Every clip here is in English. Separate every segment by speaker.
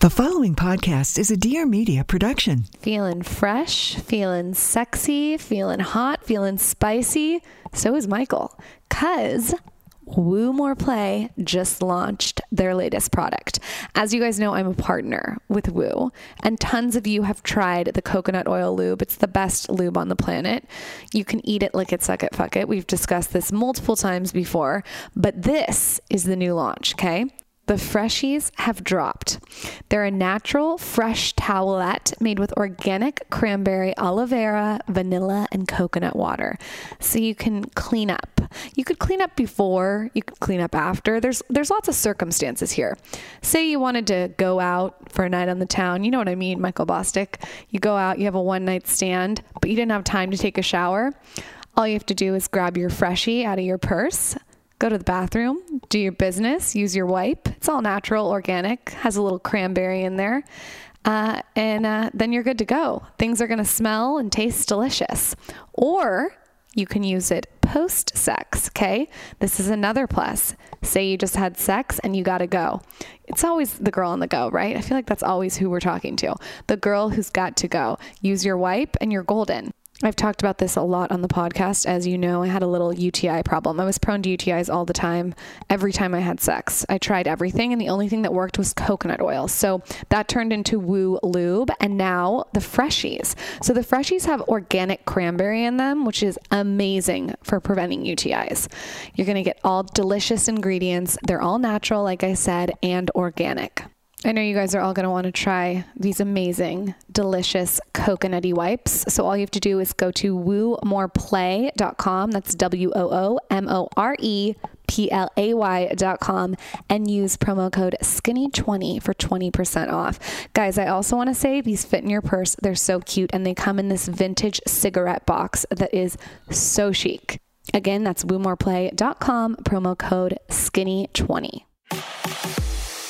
Speaker 1: The following podcast is a Dear Media production.
Speaker 2: Feeling fresh, feeling sexy, feeling hot, feeling spicy. So is Michael. Cuz Woo More Play just launched their latest product. As you guys know, I'm a partner with Woo, and tons of you have tried the coconut oil lube. It's the best lube on the planet. You can eat it, lick it, suck it, fuck it. We've discussed this multiple times before, but this is the new launch, okay? The Freshies have dropped. They're a natural, fresh towelette made with organic cranberry, aloe vera, vanilla, and coconut water. So you can clean up. You could clean up before, you could clean up after. There's there's lots of circumstances here. Say you wanted to go out for a night on the town, you know what I mean, Michael Bostick. You go out, you have a one-night stand, but you didn't have time to take a shower. All you have to do is grab your freshie out of your purse go to the bathroom, do your business, use your wipe. It's all natural, organic, has a little cranberry in there. Uh, and uh, then you're good to go. Things are going to smell and taste delicious. Or you can use it post sex, okay? This is another plus. Say you just had sex and you got to go. It's always the girl on the go, right? I feel like that's always who we're talking to. The girl who's got to go. Use your wipe and you're golden. I've talked about this a lot on the podcast. As you know, I had a little UTI problem. I was prone to UTIs all the time, every time I had sex. I tried everything, and the only thing that worked was coconut oil. So that turned into Woo Lube, and now the Freshies. So the Freshies have organic cranberry in them, which is amazing for preventing UTIs. You're going to get all delicious ingredients. They're all natural, like I said, and organic. I know you guys are all going to want to try these amazing, delicious coconutty wipes. So all you have to do is go to woomoreplay.com. That's W O O M O R E P L A Y.com and use promo code skinny20 for 20% off. Guys, I also want to say these fit in your purse. They're so cute and they come in this vintage cigarette box that is so chic. Again, that's woomoreplay.com, promo code skinny20.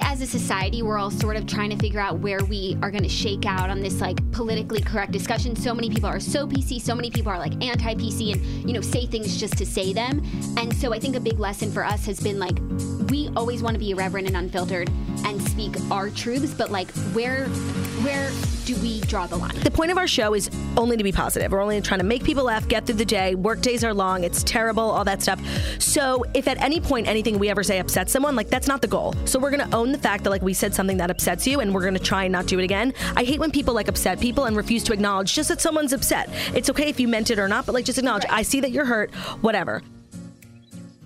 Speaker 3: as a society, we're all sort of trying to figure out where we are going to shake out on this like politically correct discussion. So many people are so PC, so many people are like anti PC and, you know, say things just to say them. And so I think a big lesson for us has been like, we always want to be irreverent and unfiltered and speak our truths, but like, where, where do we draw the line?
Speaker 4: The point of our show is only to be positive. We're only trying to make people laugh, get through the day. Work days are long, it's terrible, all that stuff. So, if at any point anything we ever say upsets someone, like that's not the goal. So, we're going to own the fact that like we said something that upsets you and we're going to try and not do it again. I hate when people like upset people and refuse to acknowledge just that someone's upset. It's okay if you meant it or not, but like just acknowledge, I see that you're hurt, whatever.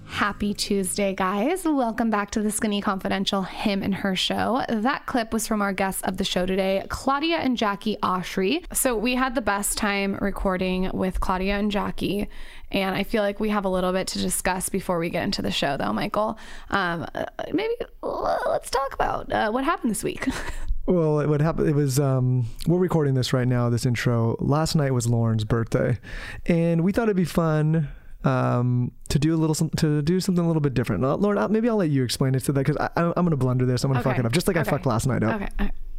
Speaker 2: Happy Tuesday, guys. Welcome back to the Skinny Confidential Him and Her Show. That clip was from our guests of the show today, Claudia and Jackie Oshry. So, we had the best time recording with Claudia and Jackie, and I feel like we have a little bit to discuss before we get into the show, though, Michael. Um, uh, maybe uh, let's talk about uh, what happened this week.
Speaker 5: Well, it would happen. It was um, we're recording this right now. This intro last night was Lauren's birthday, and we thought it'd be fun um, to do a little some, to do something a little bit different. Uh, Lauren, I'll, maybe I'll let you explain it to that because I'm gonna blunder this. I'm gonna fuck
Speaker 2: Okay.
Speaker 5: it up just like I
Speaker 2: Okay.
Speaker 5: fucked last night up.
Speaker 2: Okay.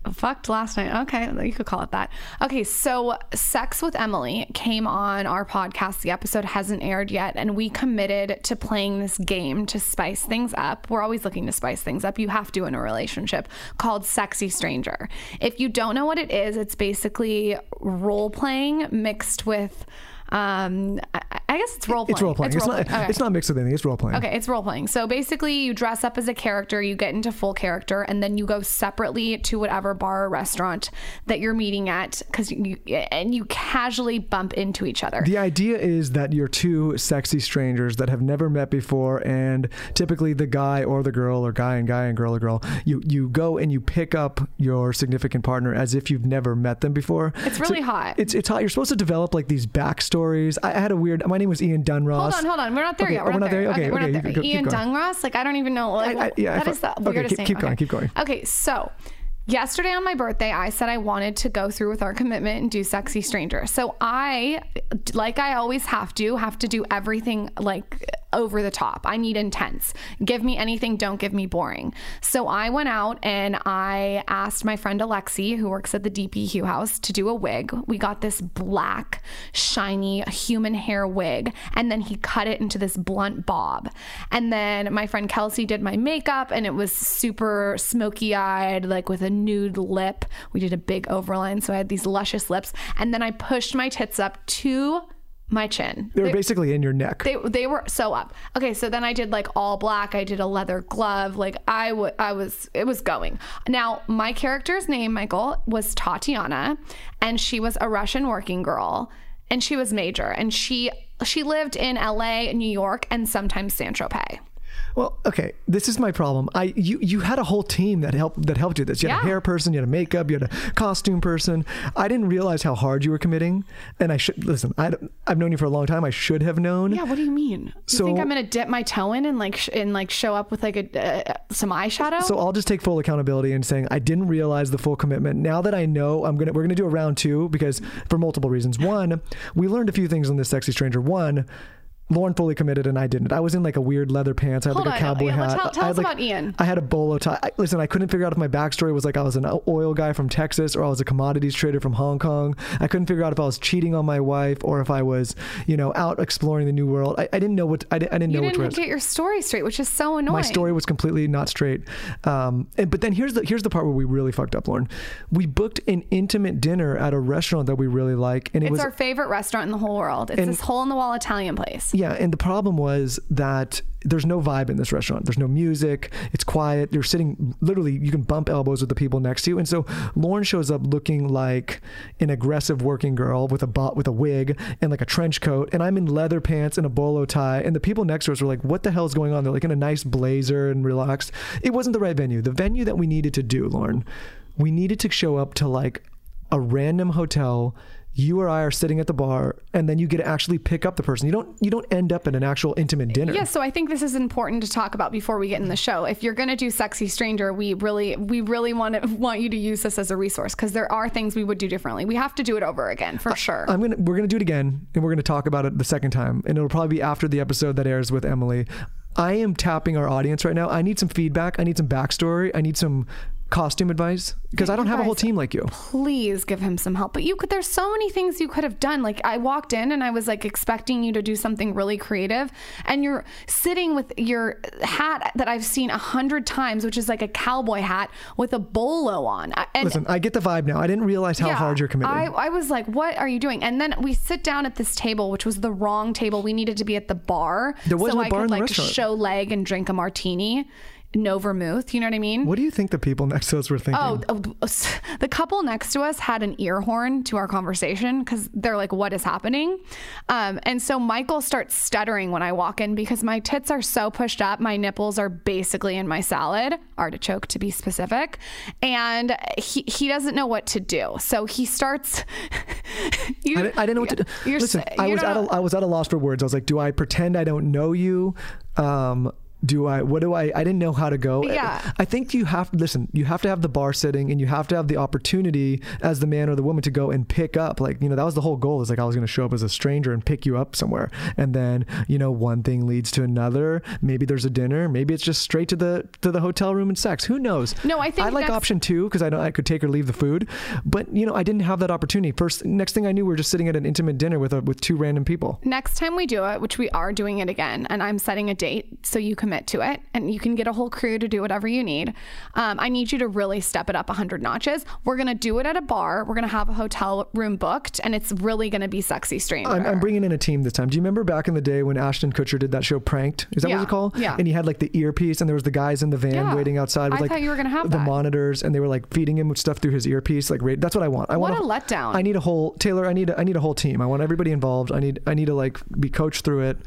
Speaker 2: I fucked last night. Okay. You could call it that. Okay. So, Sex with Emily came on our podcast. The episode hasn't aired yet. And we committed to playing this game to spice things up. We're always looking to spice things up. You have to in a relationship called Sexy Stranger. If you don't know what it is, it's basically role playing mixed with. Um, I I guess it's role playing.
Speaker 5: It's role playing. It's, not.
Speaker 2: Okay.
Speaker 5: It's not mixed with anything. It's role playing.
Speaker 2: Okay, it's role playing. So basically, you dress up as a character, you get into full character, and then you go separately to whatever bar or restaurant that you're meeting at, because you and you casually bump into each other.
Speaker 5: The idea is that you're two sexy strangers that have never met before, and typically the guy or the girl, or guy and guy and girl or girl, you you go and you pick up your significant partner as if you've never met them before.
Speaker 2: It's really hot.
Speaker 5: It's it's hot. You're supposed to develop like these backstories. I, I had a weird. My name was Ian Dunross.
Speaker 2: Hold on, hold on. We're not there
Speaker 5: Okay,
Speaker 2: yet.
Speaker 5: oh, we're not there. Okay,
Speaker 2: we're
Speaker 5: okay,
Speaker 2: not
Speaker 5: you
Speaker 2: there.
Speaker 5: can go- keep
Speaker 2: Ian
Speaker 5: going.
Speaker 2: Dunross, like I don't even know. Like,
Speaker 5: I- I- yeah, I
Speaker 2: that
Speaker 5: fu-
Speaker 2: is the
Speaker 5: okay,
Speaker 2: weirdest
Speaker 5: keep-
Speaker 2: name.
Speaker 5: keep going, keep going.
Speaker 2: Okay, so
Speaker 6: Yesterday on my birthday, I said I wanted to go through with our commitment and do Sexy Stranger. So I, like I always have to, have to do everything like over the top. I need intense. Give me anything, don't give me boring. So I went out and I asked my friend Alexi, who works at the DP Hugh House, to do a wig. We got this black, shiny human hair wig, and then he cut it into this blunt bob. And then my friend Kelsey did my makeup, and it was super smoky eyed, like with a nude lip. We did a big overline, so I had these luscious lips. And then I pushed my tits up to my chin.
Speaker 5: They were basically in your neck.
Speaker 6: They, they were so up. Okay, so then I did like all black. I did a leather glove. Like I wa- I was it was going. Now my character's name Michael was Tatiana, and she was a Russian working girl, and she was major, and she she lived in L.A., New York, and sometimes San Tropez.
Speaker 5: Well, okay, this is my problem. I you you had a whole team that helped that helped you. with This you had
Speaker 6: Yeah.
Speaker 5: a hair person, you had a makeup, you had a costume person. I didn't realize how hard you were committing, and I should listen. I don't- I've known you for a long time. I should have known.
Speaker 6: Yeah, what do you mean? You
Speaker 5: So-
Speaker 6: think I'm gonna dip my toe in and like sh- and like show up with like a uh, some eyeshadow?
Speaker 5: So I'll just take full accountability and saying I didn't realize the full commitment. Now that I know, I'm gonna we're gonna do a round two because for multiple reasons. One, we learned a few things on this sexy stranger. One. Lauren fully committed and I didn't. I was in like a weird leather pants. I had
Speaker 6: Hold
Speaker 5: like a
Speaker 6: on,
Speaker 5: cowboy
Speaker 6: yeah,
Speaker 5: hat.
Speaker 6: tell- tell
Speaker 5: I had,
Speaker 6: us
Speaker 5: like-
Speaker 6: about Ian.
Speaker 5: I had a bolo tie. I, listen, I couldn't figure out if my backstory was like I was an oil guy from Texas or I was a commodities trader from Hong Kong. I couldn't figure out if I was cheating on my wife or if I was, you know, out exploring the new world. I, I didn't know what I, di- I didn't
Speaker 6: you
Speaker 5: know
Speaker 6: didn't
Speaker 5: which was.
Speaker 6: get your story straight, which is so annoying.
Speaker 5: My story was completely not straight. Um, and but then here's the here's the part where we really fucked up, Lauren. We booked an intimate dinner at a restaurant that we really like, and it
Speaker 6: It's
Speaker 5: was
Speaker 6: our favorite restaurant in the whole world. It's this hole in the wall Italian place.
Speaker 5: yeah. And the problem was that there's no vibe in this restaurant. There's no music. It's quiet. You're sitting literally. You can bump elbows with the people next to you, and so Lauren shows up looking like an aggressive working girl with a bot with a wig and like a trench coat, and I'm in leather pants and a bolo tie, and the people next to us were like, "What the hell's going on?" They're like in a nice blazer and relaxed. It wasn't the right venue. The venue that we needed to do, Lauren, we needed to show up to like a random hotel you or i are sitting at the bar and then you get to actually pick up the person you don't you don't end up at an actual intimate dinner
Speaker 6: Yeah, so I think this is important to talk about before we get in the show. If you're gonna do sexy stranger, we really we really want to want you to use this as a resource because there are things we would do differently. We have to do it over again for sure.
Speaker 5: i'm gonna we're gonna do it again and we're gonna talk about it the second time and it'll probably be after the episode that airs with emily i am tapping our audience right now i need some feedback i need some backstory i need some costume advice because i don't have a whole
Speaker 6: Advice.
Speaker 5: team like you
Speaker 6: please give him some help. But you could, there's so many things you could have done. Like I walked in and I was like expecting you to do something really creative, and you're sitting with your hat that I've seen a hundred times, which is like a cowboy hat with a bolo on. I- And
Speaker 5: listen i get the vibe now i didn't realize how
Speaker 6: yeah,
Speaker 5: hard you're committing
Speaker 6: I, I was like, what are you doing? And then we sit down at this table, which was the wrong table. We needed to be at the bar.
Speaker 5: There was
Speaker 6: so
Speaker 5: no
Speaker 6: I
Speaker 5: bar
Speaker 6: could
Speaker 5: in the
Speaker 6: like
Speaker 5: restaurant.
Speaker 6: show leg and drink a martini. No vermouth, you know what I mean?
Speaker 5: what do you think the people next to us were thinking
Speaker 6: Oh, oh, s- the couple next to us had an ear horn to our conversation because they're like, "What is happening?" Um, and so Michael starts stuttering when I walk in because my tits are so pushed up, my nipples are basically in my salad, artichoke to be specific, and he he doesn't know what to do. So he starts. you,
Speaker 5: I didn't, I didn't know what to do.
Speaker 6: You're,
Speaker 5: Listen,
Speaker 6: s-
Speaker 5: I
Speaker 6: you
Speaker 5: was
Speaker 6: don't
Speaker 5: at a,
Speaker 6: know-
Speaker 5: I was at a loss for words. I was like, do I pretend I don't know you? Um, do I? What do I? I didn't know how to go.
Speaker 6: Yeah.
Speaker 5: I think you have listen. You have to have the bar sitting, and you have to have the opportunity as the man or the woman to go and pick up. Like you know, that was the whole goal. Is like I was going to show up as a stranger and pick you up somewhere, and then you know, one thing leads to another. Maybe there's a dinner. Maybe it's just straight to the to the hotel room and sex. Who knows?
Speaker 6: No, I think
Speaker 5: I like
Speaker 6: next-
Speaker 5: option two because I know I could take or leave the food, but you know, I didn't have that opportunity. First, next thing I knew, we were just sitting at an intimate dinner with a, with two random people.
Speaker 6: Next time we do it, which we are doing it again, and I'm setting a date so you commit to it and you can get a whole crew to do whatever you need. Um, I need you to really step it up 100 notches. We're going to do it at a bar. We're going to have a hotel room booked, and it's really going to be sexy stranger.
Speaker 5: I'm, I'm bringing in a team this time. Do you remember back in the day when Ashton Kutcher did that show Pranked? Is that what
Speaker 6: Yeah,
Speaker 5: it's called?
Speaker 6: yeah.
Speaker 5: And he had like the earpiece, and there was the guys in the van
Speaker 6: Yeah.
Speaker 5: waiting outside with
Speaker 6: I
Speaker 5: like
Speaker 6: thought you were gonna have
Speaker 5: the
Speaker 6: that.
Speaker 5: monitors, and they were like feeding him with stuff through his earpiece. Like ra- that's what I want. I
Speaker 6: What
Speaker 5: want
Speaker 6: a letdown.
Speaker 5: I need a whole Taylor. I need a, I need a whole team. I want everybody involved. I need I need to like be coached through it.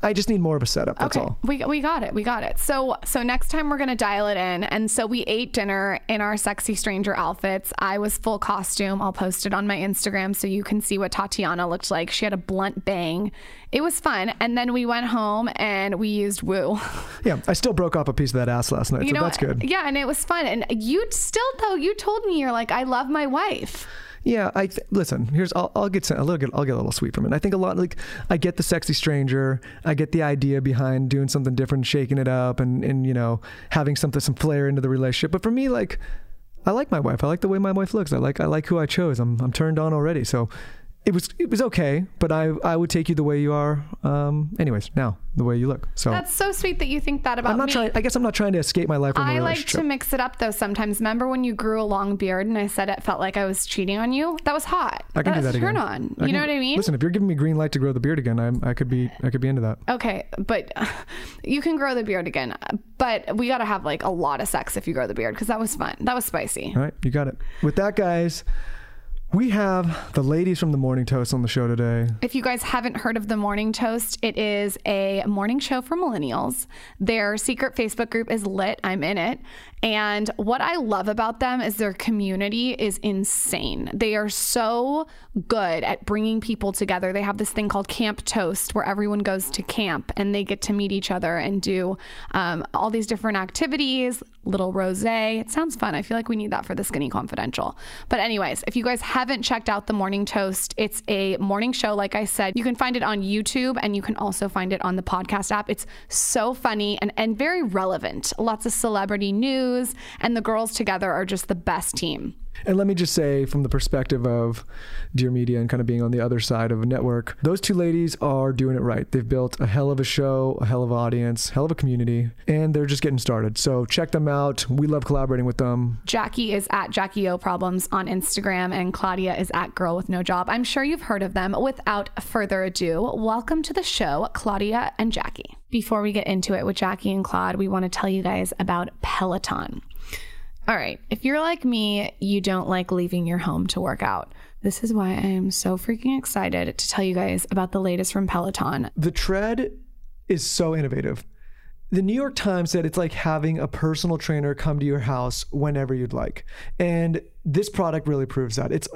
Speaker 5: I just need more of a setup. That's all.
Speaker 6: We, we got it. We got it. So so next time we're gonna dial it in. And so we ate dinner in our sexy stranger outfits. I was full costume. I'll post it on my Instagram so you can see what Tatiana looked like. She had a blunt bang. It was fun. And then we went home and we used Woo.
Speaker 5: Yeah, I still broke off a piece of that ass last night, so that's good.
Speaker 6: Yeah, and it was fun. And you still though you told me you're like I love my wife.
Speaker 5: Yeah, I th- listen. Here's I'll, I'll get some- a little bit. I'll get a little sweet from it. I think a lot like I get the sexy stranger. I get the idea behind doing something different, shaking it up, and and you know having something some flair into the relationship. But for me, like I like my wife. I like the way my wife looks. I like I like who I chose. I'm I'm turned on already. So it was it was okay. But I I would take you the way you are. Um. Anyways, now the way you look. So
Speaker 6: That's so sweet that you think that about
Speaker 5: I'm not
Speaker 6: me.
Speaker 5: trying. I guess I'm not trying to escape my life. From a
Speaker 6: I like
Speaker 5: relationship.
Speaker 6: to mix it up though sometimes. Remember when you grew a long beard and I said it felt like I was cheating on you? That was hot.
Speaker 5: I can do
Speaker 6: was
Speaker 5: that
Speaker 6: a
Speaker 5: again.
Speaker 6: uh, Turn on.
Speaker 5: I
Speaker 6: you
Speaker 5: can-
Speaker 6: know what I mean?
Speaker 5: Listen, if you're giving me green light to grow the beard again, I'm, I could be I could be into that.
Speaker 6: Okay, but you can grow the beard again. But we got to have like a lot of sex if you grow the beard because that was fun. That was spicy.
Speaker 5: All right, you got it. With that, guys, we have the ladies from the Morning Toast on the show today.
Speaker 6: If you guys haven't heard of The Morning Toast, it is a morning show for millennials. Their secret Facebook group is lit. I'm in it. And what I love about them is their community is insane. They are so good at bringing people together. They have this thing called Camp Toast where everyone goes to camp and they get to meet each other and do um, all these different activities, little rose. It sounds fun. I feel like we need that for the Skinny Confidential. But, anyways, if you guys haven't checked out The Morning Toast, it's a morning show, like I said. You can find it on YouTube and you can also find it on the podcast app. It's so funny and, and very relevant. Lots of celebrity news, and the girls together are just the best team.
Speaker 5: And let me just say, from the perspective of Dear Media and kind of being on the other side of a network, those two ladies are doing it right. They've built a hell of a show, a hell of an audience, hell of a community, and they're just getting started. So check them out. We love collaborating with them.
Speaker 6: Jackie is at Jackie O Problems on Instagram, and Claudia is at Girl with No Job. I'm sure you've heard of them. Without further ado, welcome to the show, Claudia and Jackie. Before we get into it with Jackie and Claude, we want to tell you guys about Peloton. All right. If you're like me, you don't like leaving your home to work out. This is why I am so freaking excited to tell you guys about the latest from Peloton.
Speaker 5: the tread is so innovative. The New York Times said it's like having a personal trainer come to your house whenever you'd like. And this product really proves that. It's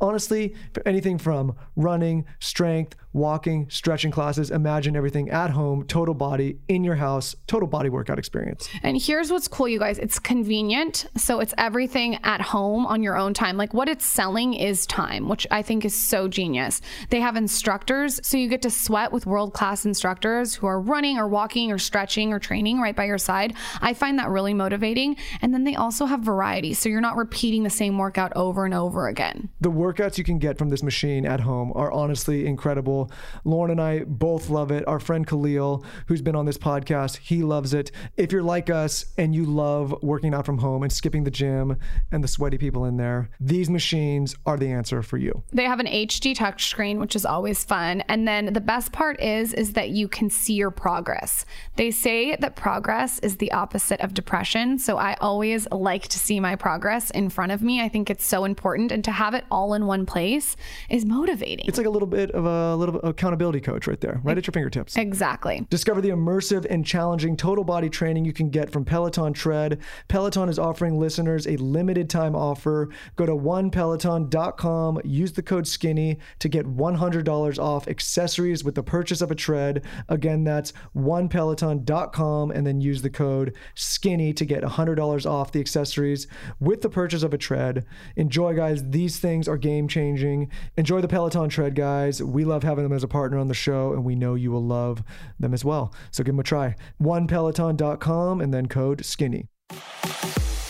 Speaker 5: honestly for anything from running, strength, walking, stretching classes, imagine everything at home, total body, in your house, total body workout experience.
Speaker 6: And here's what's cool, you guys. It's convenient. So it's everything at home on your own time. Like what it's selling is time, which I think is so genius. They have instructors. So you get to sweat with world class instructors who are running or walking or stretching or training right by your side. I find that really motivating. And then they also have variety. So you're not repeating the same workout over and over again.
Speaker 5: The workouts you can get from this machine at home are honestly incredible. Lauren and I both love it. Our friend Khalil, who's been on this podcast, he loves it. If you're like us and you love working out from home and skipping the gym and the sweaty people in there, these machines are the answer for you.
Speaker 6: They have an HD touchscreen, which is always fun. And then the best part is is that you can see your progress. They say that progress is the opposite of depression, so I always like to see my progress in front of me. I think it's so important and to have it all in one place is motivating.
Speaker 5: It's like a little bit of a little accountability coach right there, right at your fingertips.
Speaker 6: exactly.
Speaker 5: Discover the immersive and challenging total body training you can get from Peloton Tread. Peloton is offering listeners a limited time offer. Go to onepeloton.com, use the code SKINNY to get $100 off accessories with the purchase of a tread. Again, that's onepeloton.com and then use the code SKINNY to get $100 off the accessories with the purchase of a tread. Enjoy, guys. These things are game changing. Enjoy the Peloton tread, guys. We love having them as a partner on the show, and we know you will love them as well. So give them a try. OnePeloton.com and then code skinny.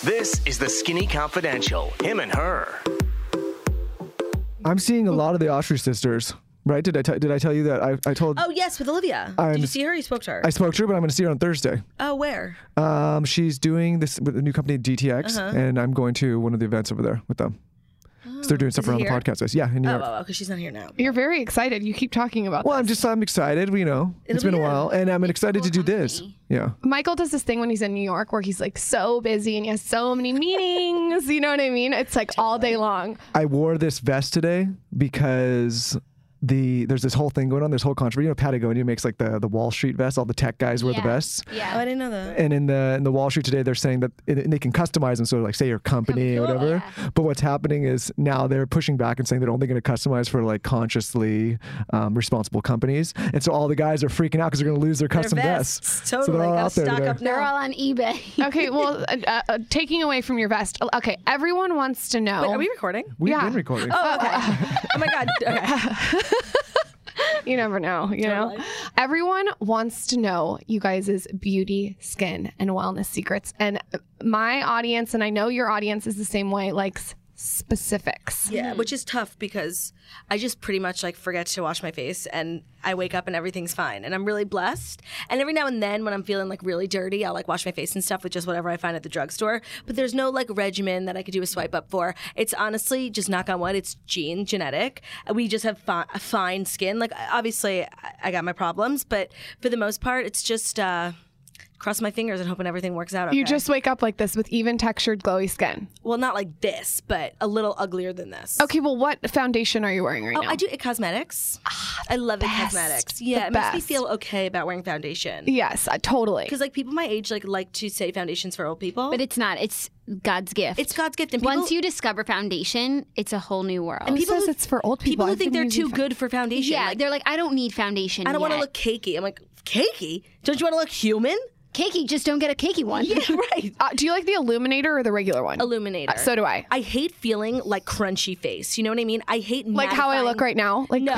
Speaker 7: This is the Skinny Confidential. Him and her.
Speaker 5: I'm seeing a lot of the Ostrich sisters, right? Did I, t- did I tell you that? I, I told.
Speaker 4: Oh yes, with Olivia.
Speaker 5: I'm-
Speaker 4: Did you see her? You spoke to her.
Speaker 5: I spoke to her, but I'm going to see her on Thursday.
Speaker 4: oh, where?
Speaker 5: Um, she's doing this with a new company, DTX,
Speaker 4: Uh-huh.
Speaker 5: and I'm going to one of the events over there with them. so they're doing stuff
Speaker 4: is it
Speaker 5: around the
Speaker 4: here?
Speaker 5: podcast. Yeah, in New
Speaker 4: Oh,
Speaker 5: York.
Speaker 4: oh, because she's not here now.
Speaker 6: You're very excited. You keep talking about
Speaker 5: Well, I'm just I'm excited. You know, it's
Speaker 4: It'll
Speaker 5: been
Speaker 4: be
Speaker 5: a
Speaker 4: good.
Speaker 5: while, and I'm excited to do this. Yeah,
Speaker 6: Michael does this thing when he's in New York where he's like so busy and he has so many meetings. you know what I mean? It's like all day long.
Speaker 5: I wore this vest today because the there's this whole thing going on. There's whole controversy. You know, Patagonia makes like the the Wall Street vest. All the tech guys wear the vests.
Speaker 4: Oh, I
Speaker 3: Yeah.
Speaker 4: didn't know that.
Speaker 5: And in the in the Wall Street today, they're saying that it, and they can customize them. So like, say your company or
Speaker 3: Cool,
Speaker 5: whatever. But what's happening is now they're pushing back and saying they're only going to customize for like consciously um, responsible companies. And so all the guys are freaking out because they're going to lose their custom
Speaker 4: Their
Speaker 5: vests.
Speaker 4: vests.
Speaker 5: So they're
Speaker 4: Totally.
Speaker 5: all
Speaker 4: Gotta
Speaker 5: out there
Speaker 4: stock
Speaker 5: today.
Speaker 4: up
Speaker 3: They're
Speaker 4: now.
Speaker 3: all on eBay.
Speaker 6: Okay, well, uh, uh, taking away from your vest. Okay, everyone wants to know.
Speaker 4: Wait, are we recording?
Speaker 5: We've
Speaker 6: Yeah.
Speaker 5: been recording.
Speaker 4: Oh, okay. oh my god. Okay.
Speaker 6: you never know, you know? Everyone wants to know you guys' beauty, skin, and wellness secrets. And my audience, and I know your audience is the same way, likes specifics.
Speaker 4: Yeah, which is tough because I just pretty much like forget to wash my face and I wake up and everything's fine. And I'm really blessed. And every now and then when I'm feeling like really dirty, I'll like wash my face and stuff with just whatever I find at the drugstore. But there's no like regimen that I could do a swipe up for. It's honestly just knock on wood, it's gene, genetic. We just have fi- fine skin. Like obviously I- I got my problems, but for the most part, it's just uh cross my fingers and hoping everything works out okay.
Speaker 6: You just wake up like this with even textured, glowy skin.
Speaker 4: well, not like this, but a little uglier than this.
Speaker 6: Okay, well, what foundation are you wearing right
Speaker 4: Oh,
Speaker 6: now? Ah,
Speaker 4: I do it cosmetics. I love it cosmetics. Yeah,
Speaker 6: The
Speaker 4: it makes me
Speaker 6: best.
Speaker 4: feel okay about wearing foundation.
Speaker 6: Yes, uh, totally.
Speaker 4: Because like people my age like like to say foundations for old people.
Speaker 3: But it's not. It's God's gift.
Speaker 4: it's God's gift. And
Speaker 3: Once
Speaker 4: people-
Speaker 3: you discover foundation, it's a whole new world.
Speaker 6: Who says it's for old people?
Speaker 4: people who
Speaker 6: I've
Speaker 4: think
Speaker 6: been
Speaker 4: they're
Speaker 6: using
Speaker 4: too
Speaker 6: fo-
Speaker 4: good for foundation.
Speaker 3: yeah,
Speaker 4: like,
Speaker 3: they're like, I don't need foundation.
Speaker 4: I don't want to
Speaker 3: yet."
Speaker 4: look cakey. I'm like cakey. Don't you want to look human?
Speaker 3: cakey. Just don't get a cakey one.
Speaker 4: Yeah, right.
Speaker 6: Uh, do you like the illuminator or the regular one?
Speaker 4: Illuminator.
Speaker 6: Uh, so do I.
Speaker 4: I hate feeling like crunchy face. You know what I mean? I hate
Speaker 6: like how I look
Speaker 4: mattifying-
Speaker 6: right now. Like
Speaker 4: No.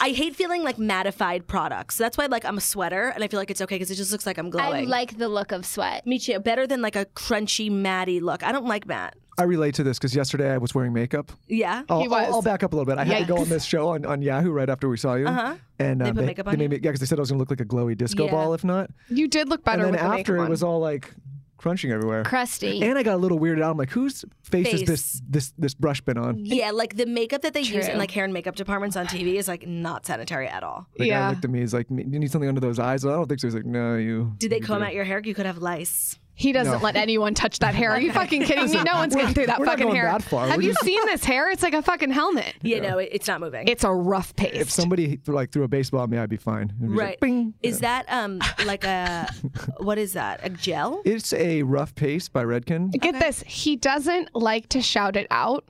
Speaker 4: I hate feeling like mattified products. That's why like I'm a sweater and I feel like it's okay because it just looks like I'm glowing.
Speaker 3: I like the look of sweat.
Speaker 4: Me too. Better than like a crunchy, matty look. I don't like matte.
Speaker 5: I relate to this because yesterday I was wearing makeup.
Speaker 4: Yeah.
Speaker 5: I'll,
Speaker 6: He
Speaker 5: I'll-
Speaker 6: was.
Speaker 5: I'll back up a little bit. I had to go on
Speaker 6: Yikes.
Speaker 5: this show on, on Yahoo right after we saw you. Uh-huh. And uh,
Speaker 4: put makeup on
Speaker 5: they made
Speaker 4: you?
Speaker 5: me- yeah, because they said I was going to look like a glowy disco
Speaker 4: Yeah.
Speaker 5: ball if not.
Speaker 6: you did look better
Speaker 5: and then
Speaker 6: with the
Speaker 5: after
Speaker 6: makeup
Speaker 5: it was
Speaker 6: on.
Speaker 5: all like crunching everywhere.
Speaker 3: Crusty.
Speaker 5: And I got a little weirded out. I'm like, whose face, is this
Speaker 4: Face.
Speaker 5: this this brush been on?
Speaker 4: Yeah, like the makeup that they use in like hair and makeup departments on TV is like not sanitary at all.
Speaker 5: The
Speaker 6: Yeah.
Speaker 5: guy looked at me. He's like, "Me- you need something under those eyes. Well, I don't think so. He's like, no, you.
Speaker 4: Did they comb out your hair? You could have lice.
Speaker 6: He doesn't
Speaker 5: No.
Speaker 6: let anyone touch that hair. Are you fucking kidding me? No one's getting through that
Speaker 5: we're not
Speaker 6: fucking
Speaker 5: going
Speaker 6: hair.
Speaker 5: that far.
Speaker 6: Have
Speaker 5: We're
Speaker 6: you
Speaker 5: just-
Speaker 6: seen this hair? It's like a fucking helmet.
Speaker 4: You know, it, it's not moving.
Speaker 6: It's a rough paste.
Speaker 5: If somebody threw, like threw a baseball at me, I'd be fine. It'd be just like,
Speaker 4: right.
Speaker 5: "Bing."
Speaker 4: Is that um like a what is that? A gel?
Speaker 5: It's a rough pace by Redken.
Speaker 6: Get this. He doesn't like to shout it out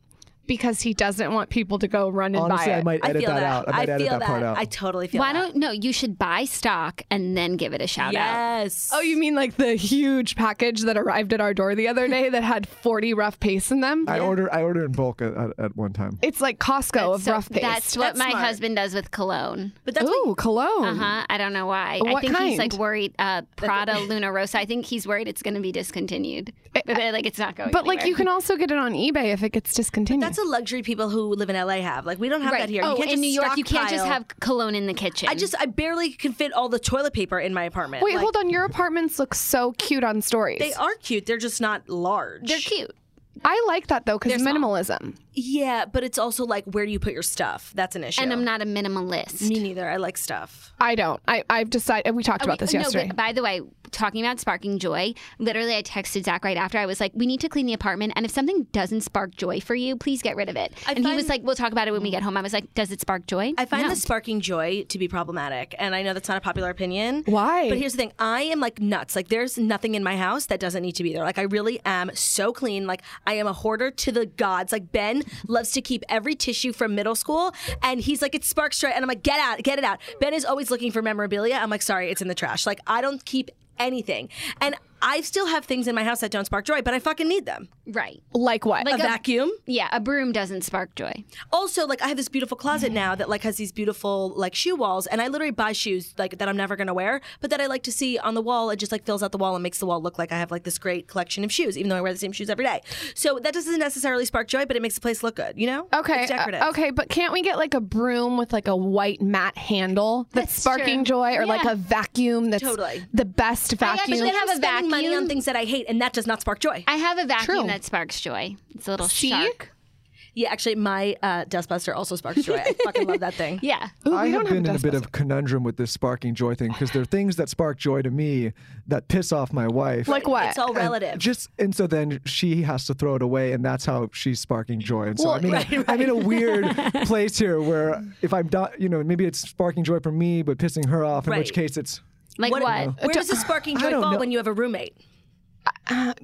Speaker 6: because he doesn't want people to go run and
Speaker 5: Honestly,
Speaker 6: buy it.
Speaker 5: I might edit
Speaker 4: I feel
Speaker 5: that, out. I might edit
Speaker 4: feel
Speaker 5: that, part out.
Speaker 4: I totally feel
Speaker 3: Why
Speaker 4: that.
Speaker 3: don't no? You should buy stock and then give it a shout out.
Speaker 4: Yes.
Speaker 6: Oh, you mean like the huge package that arrived at our door the other day that had 40 rough pastes in them?
Speaker 5: I order I order in bulk at, at, at one time.
Speaker 6: It's like Costco of
Speaker 3: So
Speaker 6: rough paste.
Speaker 3: That's what
Speaker 4: That's
Speaker 3: my
Speaker 4: smart.
Speaker 3: husband does with cologne.
Speaker 4: But that's Uh-huh.
Speaker 6: Ooh, cologne.
Speaker 3: Uh huh. I don't know why. I
Speaker 6: Oh. What
Speaker 3: think he's
Speaker 6: kind?
Speaker 3: like worried. Uh, Prada Luna Rosa. I think he's worried it's going to be discontinued. But they're like it's not going.
Speaker 6: But like you
Speaker 3: anywhere.
Speaker 6: can also get it on eBay if it gets discontinued.
Speaker 4: that's a luxury people who live in LA have. Like we don't have
Speaker 3: right
Speaker 4: that here.
Speaker 3: Oh,
Speaker 4: you can't
Speaker 3: in
Speaker 4: just
Speaker 3: New York, you can't just
Speaker 4: stockpile.
Speaker 3: have cologne in the kitchen.
Speaker 4: I just I barely can fit all the toilet paper in my apartment.
Speaker 6: Wait,
Speaker 4: Like,
Speaker 6: hold on. Your apartments look so cute on stories.
Speaker 4: They are cute. They're just not large.
Speaker 3: they're cute.
Speaker 6: I like that though because minimalism.
Speaker 4: Yeah, but it's also like where do you put your stuff? That's an issue.
Speaker 3: And I'm not a minimalist.
Speaker 4: Me neither. I like stuff.
Speaker 6: I don't. I I've decided. We talked about this
Speaker 3: Oh, No,
Speaker 6: yesterday.
Speaker 3: but by the way, talking about sparking joy, literally, I texted Zach right after. I was like, "We need to clean the apartment, and if something doesn't spark joy for you, please get rid of it." and he
Speaker 4: find-
Speaker 3: was like, "We'll talk about it when we get home." I was like, "Does it spark joy?"
Speaker 4: I find
Speaker 3: No.
Speaker 4: the sparking joy to be problematic, and I know that's not a popular opinion.
Speaker 6: Why?
Speaker 4: But here's the thing: I am like nuts. Like, there's nothing in my house that doesn't need to be there. Like, I really am so clean. Like, I am a hoarder to the gods. Like, Ben loves to keep every tissue from middle school, and he's like, "It sparks joy," and I'm like, "Get out, get it out." Ben is always looking for memorabilia. I'm like, "Sorry, it's in the trash." Like, I don't keep anything, and I still have things in my house that don't spark joy, but I fucking need them.
Speaker 3: right.
Speaker 6: like what?
Speaker 4: a vacuum.
Speaker 3: Yeah, a broom doesn't spark joy.
Speaker 4: also like i have this beautiful closet now that like has these beautiful like shoe walls and i literally buy shoes like that i'm never going to wear but that i like to see on the wall it just like fills out the wall and makes the wall look like i have like this great collection of shoes even though i wear the same shoes every day so that doesn't necessarily spark joy but it makes the place look good you know
Speaker 6: okay.
Speaker 4: it's decorative
Speaker 6: uh, okay, but can't we get like a broom with like a white matte handle that's,
Speaker 3: That's
Speaker 6: sparking
Speaker 3: true.
Speaker 6: joy, or like
Speaker 3: Yeah.
Speaker 6: a vacuum that's
Speaker 4: Totally.
Speaker 6: the best
Speaker 3: actually
Speaker 6: vacuum?
Speaker 3: have a
Speaker 4: I'm spending money on
Speaker 3: vacuum.
Speaker 4: things that i hate and that does not spark joy
Speaker 3: I have a vacuum
Speaker 6: True.
Speaker 3: that sparks joy. It's a little
Speaker 6: See?
Speaker 3: shark.
Speaker 4: Yeah, actually, my uh, Dustbuster also sparks joy. I fucking love that thing.
Speaker 3: Yeah.
Speaker 5: I have been in a bit of conundrum with this sparking joy thing because there are things that spark joy to me that piss off my wife.
Speaker 6: Like what?
Speaker 4: It's all relative.
Speaker 5: just and so then she has to throw it away, and that's how she's sparking joy. And so
Speaker 4: Well,
Speaker 5: I mean,
Speaker 4: right, right.
Speaker 5: I'm in a weird place here where if I'm not, you know, maybe it's sparking joy for me, but pissing her off. In
Speaker 4: Right.
Speaker 5: which case, it's
Speaker 3: Like what?
Speaker 5: Oh,
Speaker 4: Where does the sparking
Speaker 5: I
Speaker 4: joy
Speaker 5: don't
Speaker 4: fall
Speaker 5: know.
Speaker 4: when you have a roommate?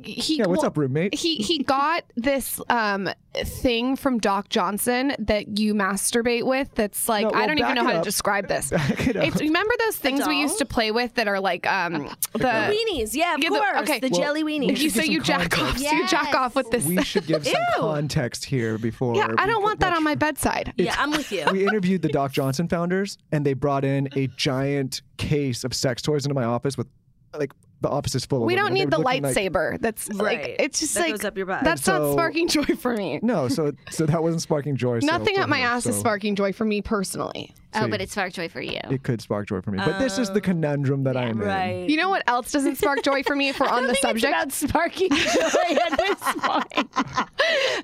Speaker 6: he,
Speaker 5: Yeah, what's up, roommate?
Speaker 6: He he got this um thing from Doc Johnson that you masturbate with. That's like
Speaker 5: No, well,
Speaker 6: I don't
Speaker 5: back
Speaker 6: even know
Speaker 5: it
Speaker 6: how to
Speaker 5: up.
Speaker 6: describe this.
Speaker 5: it up.
Speaker 6: It's, remember those things we used to play with that are like
Speaker 5: Mm.
Speaker 6: um the
Speaker 4: Weenies, yeah, of
Speaker 6: Yeah, the-
Speaker 4: course. The,
Speaker 6: okay. Well,
Speaker 4: jelly weenies.
Speaker 6: You, so
Speaker 5: some
Speaker 6: you jack
Speaker 5: context.
Speaker 6: off. So you jack off with this.
Speaker 5: we should give some context here before.
Speaker 6: yeah, I
Speaker 5: we
Speaker 6: don't
Speaker 5: put
Speaker 6: want that
Speaker 5: much-
Speaker 6: on my bedside.
Speaker 4: yeah, I'm with you.
Speaker 5: we interviewed the Doc Johnson founders, and they brought in a giant case of sex toys into my office with, like, the office is full of.
Speaker 6: We
Speaker 5: them,
Speaker 6: don't
Speaker 5: and they
Speaker 6: need
Speaker 5: were
Speaker 6: the
Speaker 5: looking like-
Speaker 6: lightsaber. that's
Speaker 4: Right.
Speaker 6: like it's just
Speaker 4: That
Speaker 6: like
Speaker 4: goes up your butt.
Speaker 6: that's not
Speaker 5: So-
Speaker 6: sparking joy for me.
Speaker 5: no, so so that wasn't sparking joy. so-
Speaker 6: Nothing
Speaker 5: for
Speaker 6: up my
Speaker 5: her,
Speaker 6: ass is
Speaker 5: so
Speaker 6: sparking joy for me personally.
Speaker 3: Oh, but it sparked joy for you.
Speaker 5: It could spark joy for me, but this is
Speaker 6: Oh.
Speaker 5: the conundrum that I'm in.
Speaker 4: Right.
Speaker 6: You know what else doesn't spark joy for me if we're on the subject?
Speaker 2: sparking joy at this point.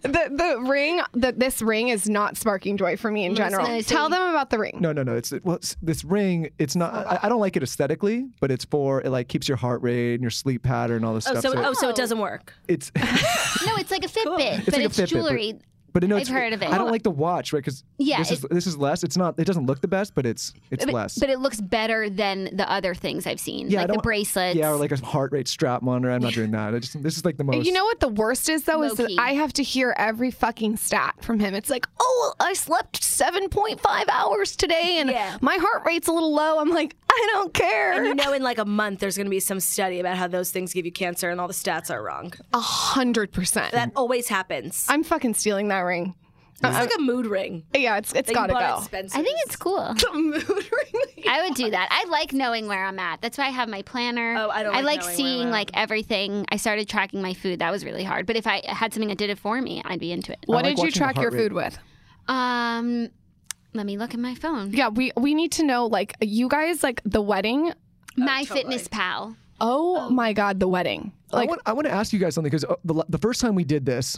Speaker 6: the the ring the, this ring is not sparking joy for me in general
Speaker 3: Listen,
Speaker 6: tell them about the ring
Speaker 5: No, no, no. It's well, it's- this ring. It's not. I, I don't like it aesthetically, but it's for it like keeps your heart rate and your sleep pattern, all this
Speaker 4: Oh,
Speaker 5: stuff.
Speaker 4: so, oh,
Speaker 5: it-
Speaker 4: so it doesn't work.
Speaker 5: it's
Speaker 3: No, it's like a Fitbit, but
Speaker 5: like a
Speaker 3: it's
Speaker 5: Fitbit, but-
Speaker 3: jewelry.
Speaker 5: But no,
Speaker 3: I've
Speaker 5: it's,
Speaker 3: heard of it.
Speaker 5: I don't like the watch, right? Because
Speaker 3: Yeah,
Speaker 5: this is
Speaker 3: it-
Speaker 5: this is less. It's not. It doesn't look the best, but it's it's
Speaker 3: but,
Speaker 5: less.
Speaker 3: but it looks better than the other things I've seen,
Speaker 5: yeah, I
Speaker 3: like the
Speaker 5: don't-
Speaker 3: bracelets.
Speaker 5: Yeah, or like a heart rate strap monitor. I'm not doing that. I just this is like the most.
Speaker 6: you know what the worst is though is
Speaker 3: Low
Speaker 6: that
Speaker 3: key.
Speaker 6: i have to hear every fucking stat from him it's like oh i slept 7.5 hours today and
Speaker 4: Yeah.
Speaker 6: my heart rate's a little low i'm like i don't
Speaker 4: You
Speaker 6: care
Speaker 4: know, in like a month, there's going to be some study about how those things give you cancer, and all the stats are wrong.
Speaker 6: a hundred percent
Speaker 5: Mm.
Speaker 4: That always happens.
Speaker 6: i'm fucking stealing that ring
Speaker 4: It's like a mood ring.
Speaker 6: yeah it's it's
Speaker 4: that you
Speaker 6: gotta
Speaker 4: bought at
Speaker 6: go
Speaker 4: Spencer's.
Speaker 3: I think it's cool.
Speaker 4: a mood ring.
Speaker 3: I would do that. I like knowing where I'm at. That's why I have my planner.
Speaker 4: Oh, I don't
Speaker 3: I
Speaker 4: like
Speaker 3: like
Speaker 4: knowing where
Speaker 3: seeing
Speaker 4: I'm
Speaker 3: like everything. I started tracking my food. That was really hard. But if I had something that did it for me, I'd be into it.
Speaker 6: what
Speaker 5: like
Speaker 6: did you
Speaker 5: watching the
Speaker 6: track your
Speaker 5: heart rate.
Speaker 6: food with
Speaker 3: Um, let me look at my phone.
Speaker 6: yeah we we need to know like you guys like the wedding
Speaker 3: my Fitness Pal.
Speaker 6: oh my god the wedding
Speaker 4: Oh,
Speaker 6: like
Speaker 5: I want I want to ask you guys something because the la- the first time we did this,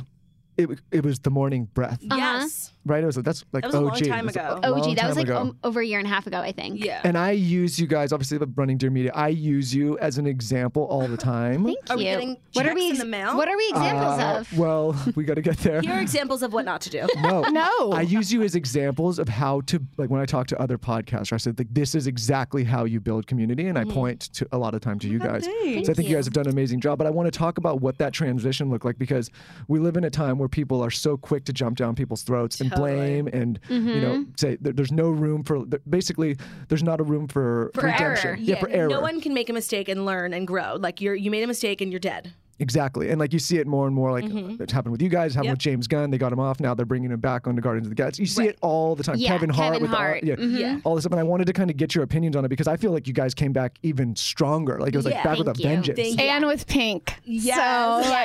Speaker 5: it w- it was the morning breath,
Speaker 4: yes.
Speaker 5: right? It was like, that's like
Speaker 4: was a
Speaker 5: OG.
Speaker 4: long time
Speaker 5: That's
Speaker 4: ago.
Speaker 5: a
Speaker 3: OG.
Speaker 5: long
Speaker 3: that was
Speaker 5: time
Speaker 3: like um,
Speaker 5: ago.
Speaker 3: o- over a year and a half ago, I think.
Speaker 4: Yeah.
Speaker 5: And I use you guys, obviously, with running Dear Media. I use you as an example all the time.
Speaker 3: Thank
Speaker 4: Are we
Speaker 3: you.
Speaker 4: getting
Speaker 3: what are
Speaker 4: checks
Speaker 3: we
Speaker 4: in the mail?
Speaker 3: What are we examples
Speaker 5: Uh,
Speaker 3: of?
Speaker 5: well, we got to get there.
Speaker 4: Here are examples of what not to do.
Speaker 5: No,
Speaker 6: No.
Speaker 5: I use you as examples of how to like when I talk to other podcasters. I said like this is exactly how you build community, and I point to a lot of time to you guys. So I think you. guys have done an amazing job. But I want to talk about what that transition looked like because we live in a time where people are so quick to jump down people's throats and blame and you know say there- there's no room for there- basically there's not a room for, redemption.
Speaker 3: error.
Speaker 5: Yeah, for error.
Speaker 4: No one can make a mistake and learn and grow. Like you're, you made a mistake and you're dead.
Speaker 5: Exactly. And like you see it more and more, like
Speaker 3: Mm-hmm.
Speaker 5: it's happened with you guys, happened with James Gunn. They got him off. Now they're bringing him back onto Guardians of the Galaxy. You see it all the time.
Speaker 3: Yeah,
Speaker 5: Kevin Hart
Speaker 3: Kevin
Speaker 5: with
Speaker 3: Hart. Mm-hmm.
Speaker 5: The, all, yeah, all this stuff. And I wanted to kind of get your opinions on it because I feel like you guys came back even stronger. Like it was
Speaker 4: Yeah,
Speaker 5: like back with a
Speaker 3: thank you.
Speaker 5: vengeance.
Speaker 4: Thank
Speaker 6: and with pink.
Speaker 4: Yes.